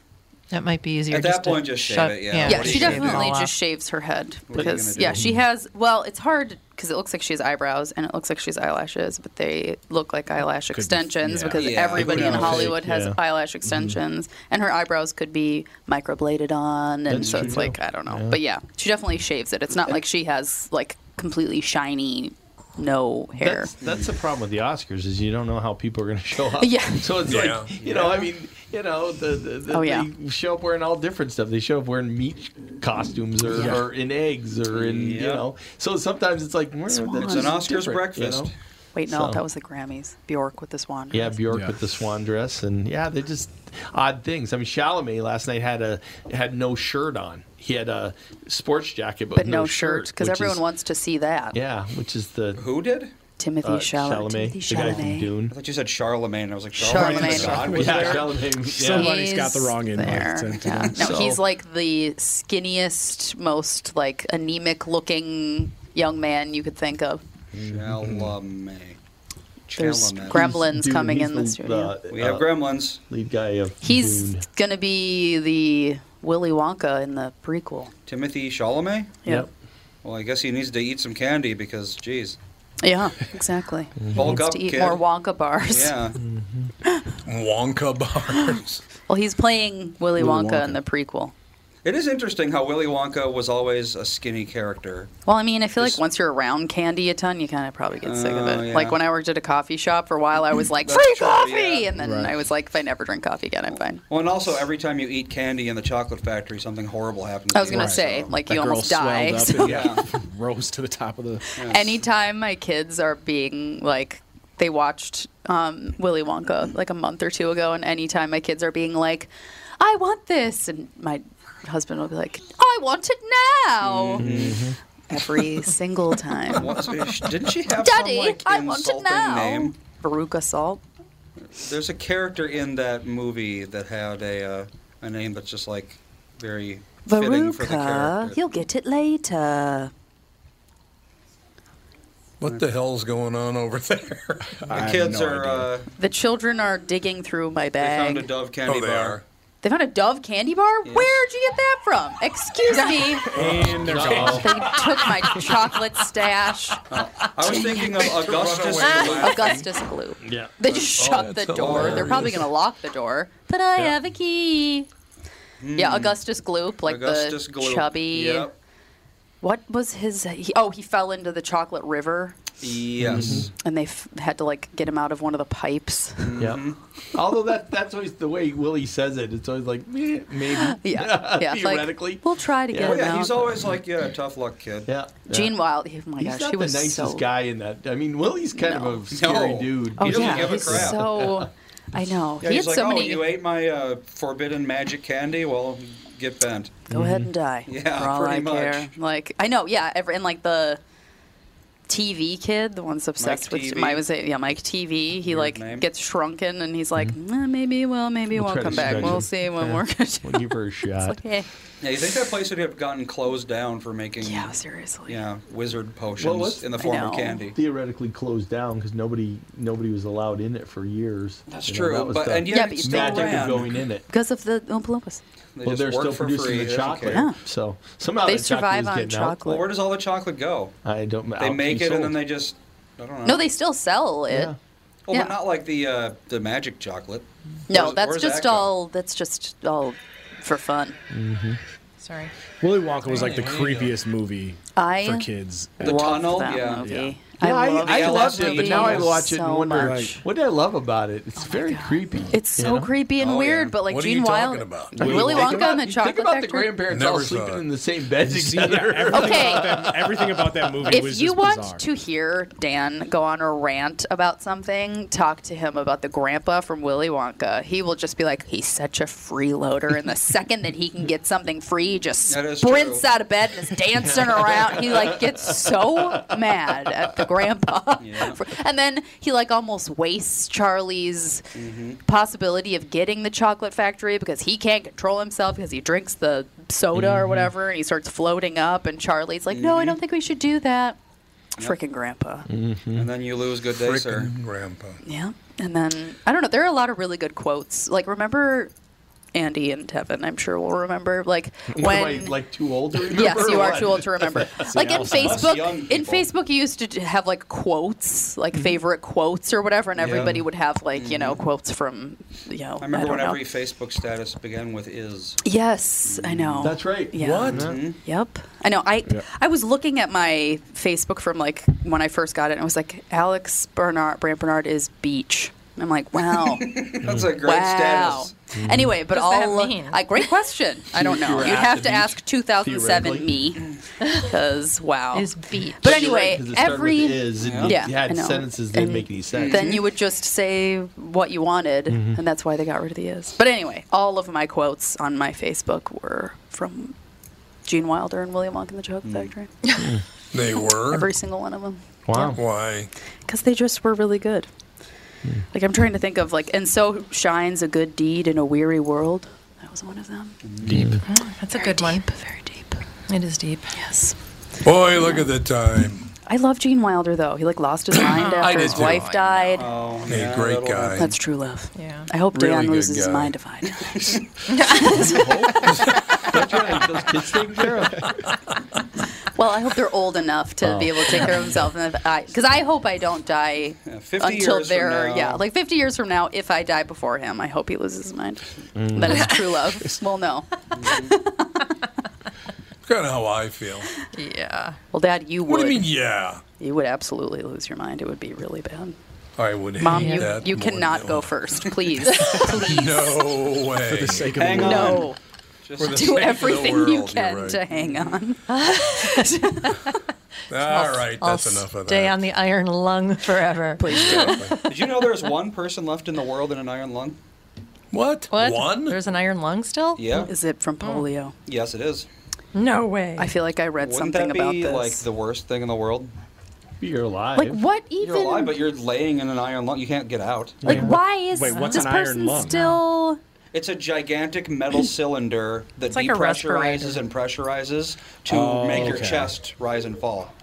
that might be easier.
At that
just to
point, just shave
shut,
it, yeah.
Yeah,
What do
she
you gonna do?
definitely
all
just
off.
shaves her head
are you gonna
because
do?
yeah, she has. Well, it's hard because it looks like she has eyebrows and it looks like she has eyelashes, but they look like eyelash extensions
yeah.
because
Yeah.
everybody in
Yeah.
Hollywood has
Yeah. Mm-hmm.
eyelash extensions, and her eyebrows could be microbladed on, and so it's like I don't know, but yeah, she definitely shaves it. It's not like she has like completely shiny, no hair.
That's, that's the problem with the Oscars is you don't know how people are going to show up.
Yeah.
So it's
Yeah.
like you know, I mean, you know, the, the, the
Oh, yeah.
they show up wearing all different stuff. They show up wearing meat costumes or, or in eggs or in you
Yeah.
know. So sometimes it's like "Where- that's
it's an Oscars
different," you
breakfast.
know?
Wait, no,
So-
that was the Grammys. Bjork with the swan.
Yeah,
dress.
Bjork
Yeah.
with the swan dress, and yeah, they're just odd things. I mean, Chalamet last night had a had no shirt on. He had a sports jacket, but,
But no, shirt, because
which
everyone
is-
wants to see that.
Yeah, which is the
Who did?
Timothy
uh,
Chalamet.
Chalamet,
Timothy
the guy from
Chalamet.
I
Dune.
thought you said Charlemagne. and I was like, Oh
Charlemagne.
Charlemagne.
Yeah, Chalamet. Yeah.
Somebody- Everybody's got the
He's
wrong invite,
there,
so-
yeah. No,
So-
he's like the skinniest, most like anemic looking young man you could think of.
Chalamet.
There's
Chalamet.
gremlins
Dune,
coming
he's
in the, studio.
the,
We have
uh,
gremlins.
lead guy of
he's
Dune.
gonna be the Willy Wonka in the prequel.
Timothy Chalamet?
Yep.
Well, I guess he needs to eat some candy because, geez.
Yeah, exactly.
Bulk
Needs
up,
to eat
kid.
more Wonka bars.
Yeah.
Mm-hmm.
Wonka bars.
Well, he's playing Willy,
Willy
Wonka, in
Wonka.
the prequel.
It is interesting how Willy Wonka was always a skinny character.
Well, I mean, I feel like
Just-
once you're around candy a ton, you kind of probably get sick of
Oh,
it.
yeah.
Like when I worked at a coffee shop for a while, I was like,
That's
free
true,
coffee!
yeah.
And then I was like, if I never drink coffee again, I'm fine.
Well, and also every time you eat candy in the chocolate factory, something horrible happens.
I was
to you,
going to say,
so-
like,
That
you
girl
almost
swelled
die.
up
So
and-
yeah.
rose to the top of the.
anytime my kids are being like, they watched um, Willy Wonka like a month or two ago, and anytime my kids are being like, I want this, and my husband will be like, Oh, I want it now.
Mm-hmm.
Every single time.
What- didn't she have
Daddy,
some, like,
I want it
insulting
now.
name?
Veruca Salt.
There's a character in that movie that had a uh, a name that's just like very fitting for the character.
Veruca, you'll get it later.
What the hell's going on over there?
I
the
have
kids
no
are
idea.
uh,
The children are digging through my
they found a
bag.
Dove candy
oh, they
bar.
are.
They found a Dove candy bar? Where'd you get that from? Excuse me.
And there's
Uh-oh.
they took my chocolate stash.
Oh, I was thinking of Augustus.
away.
Gloop.
Augustus Gloop.
Yeah.
They just shut the
that's
door. They're probably
hilarious.
going to lock the door. But I have a key. Yeah, Augustus Gloop, like
Hmm. Augustus
the
Gloop.
chubby.
Yep.
What was his? He, oh, he fell into the chocolate river,
mm-hmm.
Yes.
and they f- had to like get him out of one of the pipes.
Mm-hmm.
Yeah. Although that that's always the way Willie says it. It's always like meh, maybe.
yeah, yeah.
Theoretically.
like, we'll try to get
Oh
him
yeah,
out.
he's always like, yeah, tough luck, kid.
Yeah. yeah.
Gene Wilde. Oh my
He's
gosh,
not
he
the
was
nicest
so.
guy in that. I mean, Willie's kind of a scary
No.
dude.
Oh
He doesn't
yeah,
give a
he's
crap.
so. I know.
Yeah,
he
he's
had
like,
so
oh,
many.
you ate my uh, forbidden magic candy? Well, get bent.
Go
Mm-hmm.
ahead and die.
Yeah,
for all
pretty
I
much.
care. Like I know, yeah. Every, and like the TV kid, the one's obsessed with.
TV.
My, I was yeah, Mike TV. He
Weird
like
name.
gets shrunken, and he's like, "Nah, maybe, well, maybe
Mm-hmm. We'll try
we'll not
to
come back.
stretch
We'll
it."
see when
Yeah.
we're Eh. gonna do.
We'll give her a shot.
Like, hey.
Mm-hmm. Yeah, you think that place would have gotten closed down for making
Yeah, seriously.
yeah, wizard
Well,
potions
what's-
Oh, in the
I
form of
know.
candy?
Theoretically closed down because nobody nobody was allowed in it for years.
That's
You know,
true,
that was
but
the
and yet
Yeah, but
it's
you
still
still
magic
ran.
of going in it.
Because of the Oompa Loompas.
They
well,
just
they're
work
still
for
producing
free.
the
They don't
chocolate,
care.
so somehow
They
that chocolate
survive
is
on
getting
chocolate.
Well, where does all the chocolate go?
Out. I don't.
They make it and then they just I don't know.
No, they still sell it.
Yeah.
Well,
yeah.
but Oh, not like the uh, the magic chocolate.
No,
Where's-
that's
where's
just
that go?
all. That's just all for fun.
Sorry.
Willy Wonka was like the creepiest movie
I
for kids.
The
love
tunnel,
that
yeah.
movie.
Yeah.
I,
Yeah, I,
love
I
that
loved it,
movie
but now I watch it
so
and wonder
much. Oh
what did I love about it. It's very creepy.
It's
you
so
know?
creepy and
Oh, yeah.
weird, but like
What are you
Gene Wilde,
talking about?
I mean,
Willy
think
Wonka
about-
and the Chocolate
Think about the
Factory.
grandparents
Never
all
saw
sleeping
it.
in the same bed
You see, yeah,
together.
everything,
Okay.
about that, everything about that movie
If
was
you
just
want
bizarre.
to hear Dan go on a rant about something, talk to him about the grandpa from Willy Wonka. He will just be like, he's such a freeloader, and the second that he can get something free, he just
That is
sprints
true.
out of bed and is dancing around. He like gets so mad at the grandpa,
Yeah.
and then he like almost wastes Charlie's
Mm-hmm.
possibility of getting the chocolate factory because he can't control himself because he drinks the soda
Mm-hmm.
or whatever and he starts floating up and Charlie's like, "No, I don't think we should do that." Frickin' grandpa.
And then you lose good day, sir.
Frickin' grandpa.
Yeah. And then I don't know, there are a lot of really good quotes. Like remember Andy and Tevin, I'm sure will remember like
What am I,
when
like too old to remember?
Yes, you
or
are
what?
too old to remember. like in
us- us
Facebook,
young
in
people. Mm-hmm.
Facebook, you used to d- have like quotes, like favorite quotes or whatever, and everybody would have like you know quotes from you know.
I remember
don't
when
know.
every Facebook status began with is. Mm-hmm.
Yes, I know.
That's right.
Yeah. What? Yep. I know. I I was looking at my Facebook from like when I first got it, and I was like, Alex Bernard, Brant Bernard is beach. And I'm like, wow,
That's a great
wow.
status.
Anyway, but
What does that
all
mean?
uh, great question. I don't know.
were
You'd have to
asked
ask 2007 me,
theoretically.
because wow.
Is beat.
But
You're right,
anyway,
'cause it started with
every
is and
yeah,
you
I
had
know.
sentences that didn't
And
make any sense.
Then you would just say what you wanted, and that's why they got rid of the is. But anyway, all of my quotes on my Facebook were from Gene Wilder and William Wonka and the Chocolate Factory.
They were.
Every single one of them.
wow.
Why?
because they just were really good. Like I'm trying to think of like, and so shines a good deed in a weary world. That was one of them.
Mm-hmm. That's a good one.
Deep, very deep.
It is deep.
Yes,
Boy, look at the time.
I love Gene Wilder though. He like lost his mind after
did
his
too.
wife died.
Oh,
Hey,
yeah,
great
that'll
guy.
happen.
That's true love.
Yeah.
I hope
Really
Dan
good
loses his
guy.
mind if I die.
That's right. Those kids taken care of.
well, I hope they're old enough to
Oh.
be able to take care of themselves, and if I, because I hope I don't die
Yeah, 50
until
years from
they're
now.
yeah, like 50 years from now. If I die before him, I hope he loses his mind. That is true love. well, no.
Kind of how I feel.
Yeah.
Well, Dad, you would.
What do you mean? Yeah,
You would absolutely lose your mind. It would be really bad.
I would. Hate
Mom,
that
you, you
more than
cannot
hell.
go first, please. please.
No way.
For the sake of
Hang
the
on.
No.
Just-
For the sake of
Do
the
everything you
world, you're
can
right.
to hang on.
All right,
I'll
that's enough of that.
stay on the iron lung forever.
Please do.
Did you know there's one person left in the world in an iron lung?
What?
What?
One?
There's an iron lung still?
Yeah.
Is it from polio?
Yes, it is.
No way.
I feel like I read
Wouldn't
something
that
about
be
this.
like the worst thing in the world?
You're alive.
Like, what even?
You're alive, but you're laying in an iron lung. You can't get out.
like why is
Wait, what's
this
an iron
person
lung?
still?
It's a gigantic metal cylinder that
It's like a
depressurizes
respirator.
and pressurizes to
Oh,
make your
okay.
chest rise and fall.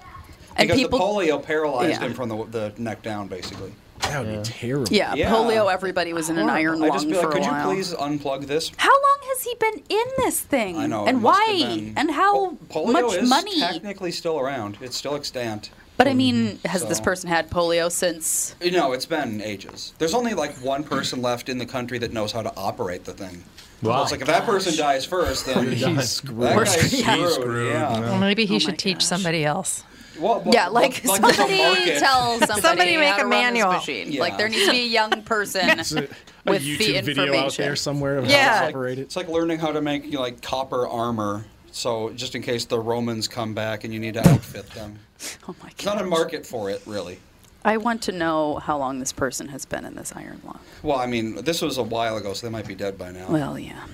And
because
people-
the polio paralyzed
Yeah.
him from the, the neck down, basically.
That would be terrible.
Yeah,
Yeah.
polio. Everybody was in an iron
I
lung
just be
for
like,
a
could you
while.
please unplug this?
How long has he been in this thing?
I know. it
And
must have
why?
been-
And how
Well, polio
much
is
money?
Technically, still around. It's still extant.
But I mean, has this
so-
person had polio since?
No, it's been ages. There's only like one person left in the country that knows how to operate the thing.
Wow.
So it's like if that person dies first, then
He's
That
screwed.
guy's screwed.
screwed,
Yeah.
well, maybe he
Oh my
should teach
gosh.
somebody else.
Well, well,
Yeah, like,
well, there's a
somebody
market.
tell somebody,
Somebody make
how to
a
run this
manual.
machine.
Yeah.
Like there needs to be a young person
A, a
with
YouTube
the information.
video out there somewhere of how to
Yeah.
It's like,
operate
it's
it.
like learning how to make you know, like copper armor. So just in case the Romans come back and you need to outfit them,
Oh my
there's not a
god!
market for it really.
I want to know how long this person has been in this iron lung.
Well, I mean, this was a while ago, so they might be dead by now.
Well, yeah.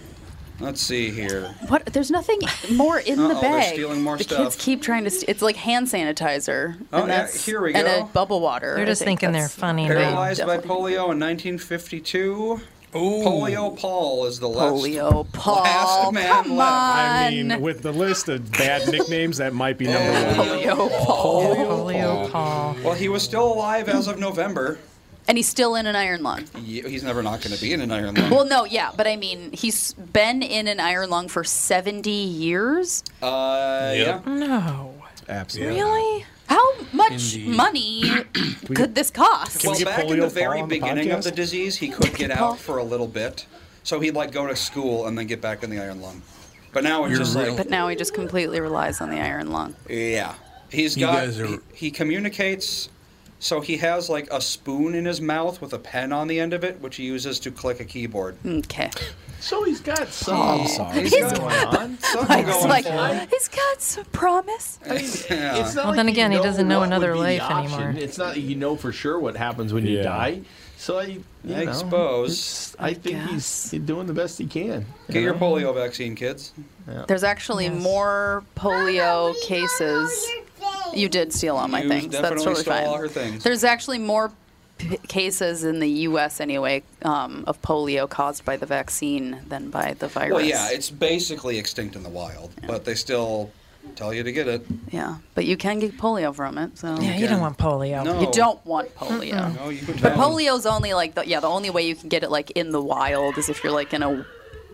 Let's see here.
What? There's nothing more in the
Uh-oh, they're
bag.
stealing more
the kids
stuff.
keep trying to. St- it's like hand sanitizer.
Oh,
and
yeah,
that's,
here we
And
go.
a bubble water.
They're
I
just
think
thinking they're
that's-
funny. and they-
Paralyzed by
definitely.
polio in 1952.
Ooh.
Polio Paul is the last.
Polio, Paul.
Last man
Come
left.
on.
I mean, with the list of bad nicknames, that might be number
Yeah.
one.
polio, Paul.
Polio Paul.
Well, he was still alive as of November.
And he's still in an iron lung.
Ye- He's never not going to be in an iron lung.
Well, no, yeah, but I mean, he's been in an iron lung for 70 years.
Uh,
Yep.
yeah.
No.
Absolutely.
Really?
How much
Indeed.
money could this cost?
Can
Well,
we get
back in the
polio
very
Paul on the
beginning of
podcast?
the disease, he could get out for a little bit, so he'd like go to school and then get back in the iron lung. But now it's
You're
just
real.
like,
but now he just completely relies on the iron lung.
yeah, he's
You
got.
guys are-
He, he communicates, so he has like a spoon in his mouth with a pen on the end of it, which he uses to click a keyboard.
Okay.
So he's got
Oh,
some
sorry.
He's
going
got-
on.
Something
It's
going
like,
for.
he's got some promise.
Yeah.
It's not
Well, then
you
again, he doesn't know
what would
another
be the
life
option.
anymore.
It's not that you know for sure what happens when you
Yeah.
die. So I, you know,
Expose.
it's- I think he's
guess.
he's doing the best he can.
Get your polio vaccine, kids.
There's actually more polio cases. You did steal all my
You
things. That's
definitely
totally
stole
fine.
all her things.
There's actually more p- cases in the U.S. anyway um, of polio caused by the vaccine than by the virus.
Well, yeah, it's basically extinct in the wild, but they still tell you to get it.
Yeah, but you can get polio from it. So
Yeah, you don't want polio.
No.
you don't want
Hmm.
polio.
No, you can
But
tell.
polio's only like the, yeah, the only way you can get it like in the wild is if you're like in a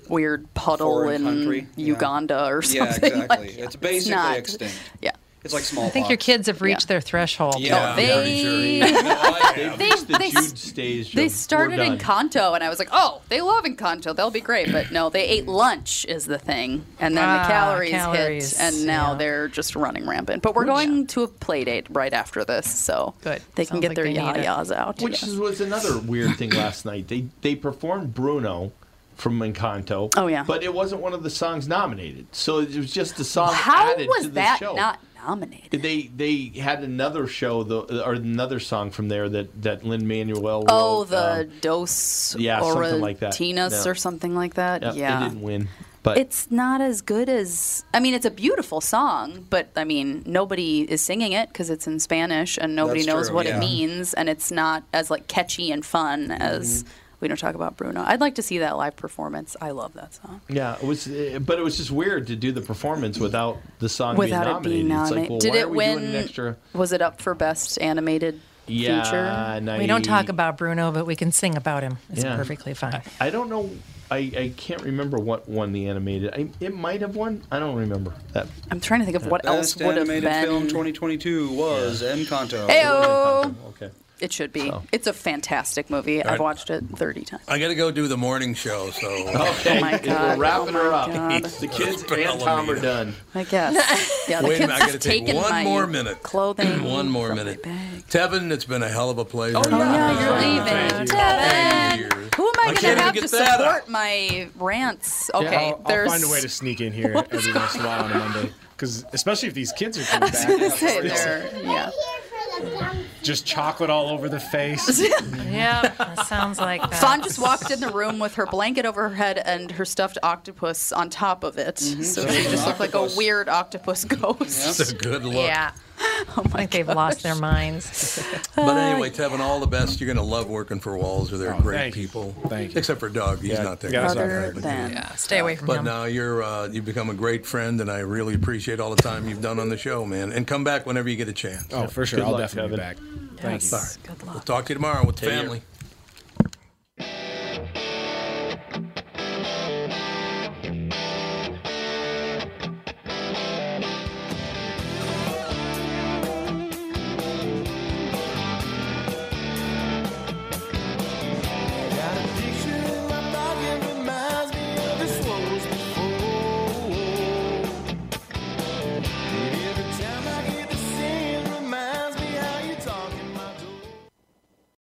weird puddle
Foreign
in
country, yeah.
Uganda or something.
Yeah, exactly.
Like, yeah,
it's basically
not-
extinct.
Yeah.
It's like smallpox.
I think your kids have reached
Yeah.
their threshold.
Yeah.
I'm pretty sure he-
They
They,
reached the they- Jude
stage.
They started in Encanto, and I was like, "Oh, they love Encanto. They'll be great." But no, they ate lunch is the thing, and then
Ah,
the calories,
calories,
hit, and now
yeah.
they're just running rampant. But we're going to a play date right after this, so
Good.
they can
Sounds
get
like
their
they need it.
yah yahs out.
Which
Yeah.
is, was another weird thing last night. They they performed Bruno from Encanto.
Oh, yeah.
But it wasn't one of the songs nominated. So it was just the song
How
added to
was
the
that
show.
not nominated?
They they had another show the or another song from there that that Lin Manuel.
Oh, the Dos
um, yeah, something like that.
Oratinas
Yeah.
or something like that. Yeah.
It didn't win, but
It's not as good as I mean, it's a beautiful song, but I mean, nobody is singing it because it's in Spanish and nobody
That's
knows
true,
what
yeah.
it means, and it's not as like catchy and fun as
Mm-hmm.
we don't talk about Bruno. I'd like to see that live performance. I love that song.
yeah, it was. uh, But it was just weird to do the performance without the song
Without
being nominated.
it being nominated,
It's like, well,
did
why
it
are we
win?
Doing an extra?
Was it up for best animated
Yeah,
feature?
and
We don't talk
I-
about Bruno, but we can sing about him. It's
Yeah.
perfectly fine.
I don't know. I, I can't remember what won the animated. I, it might have won. I don't remember that.
I'm trying to think of what else
Best
would have
animated film
been.
2022 was
Oh,
Encanto.
Heyo!
Okay.
It should be.
Oh.
It's a fantastic movie. I've
right.
watched it 30 times.
I got to go do the morning show, so
Okay.
my
We're
God.
wrapping
Oh,
her
my
up.
God.
The kids
Bella
and Tom are
Mia.
done.
I guess. Yeah, the
wait a
kids
minute. I got to
have
take
taken my
one more minute.
Clothing.
One more
from my
minute.
bag.
Tevin, it's been a hell of a pleasure.
Oh, yeah, you're
Thank
leaving.
you.
Thank
Devin!
you.
Who am I,
I
going
can't
to
even
have
get
to
that out.
support my rants? Okay,
I'll, I'll
there's.
find a way to sneak in here every once in a while on a Monday. Because especially if these kids are coming back,
sit there. Yeah.
just chocolate all over the face.
Yeah, that sounds like that.
Fawn just walked in the room with her blanket over her head and her stuffed octopus on top of it. So she just looked like a
Octopus.
weird octopus ghost.
It's a good look.
Yeah.
Oh
I think they've lost their minds. Ah,
But anyway, Tevin, all the best. You're going to love working for Walzer. They're great
Oh, thank you.
people.
Thank you.
Except for Doug. He's
Yeah,
not there.
yeah,
He's
that's
not
okay.
there,
Other
but-
than.
Stay away from
But
them.
now you're uh, you've become a great friend, and I really appreciate all the time you've done on the show, man. And come back whenever you get a chance.
Oh, for sure.
Good
I'll
luck,
definitely be
Kevin.
back. Thank you.
Good
We'll
luck.
talk to you tomorrow with the
Take care.
family.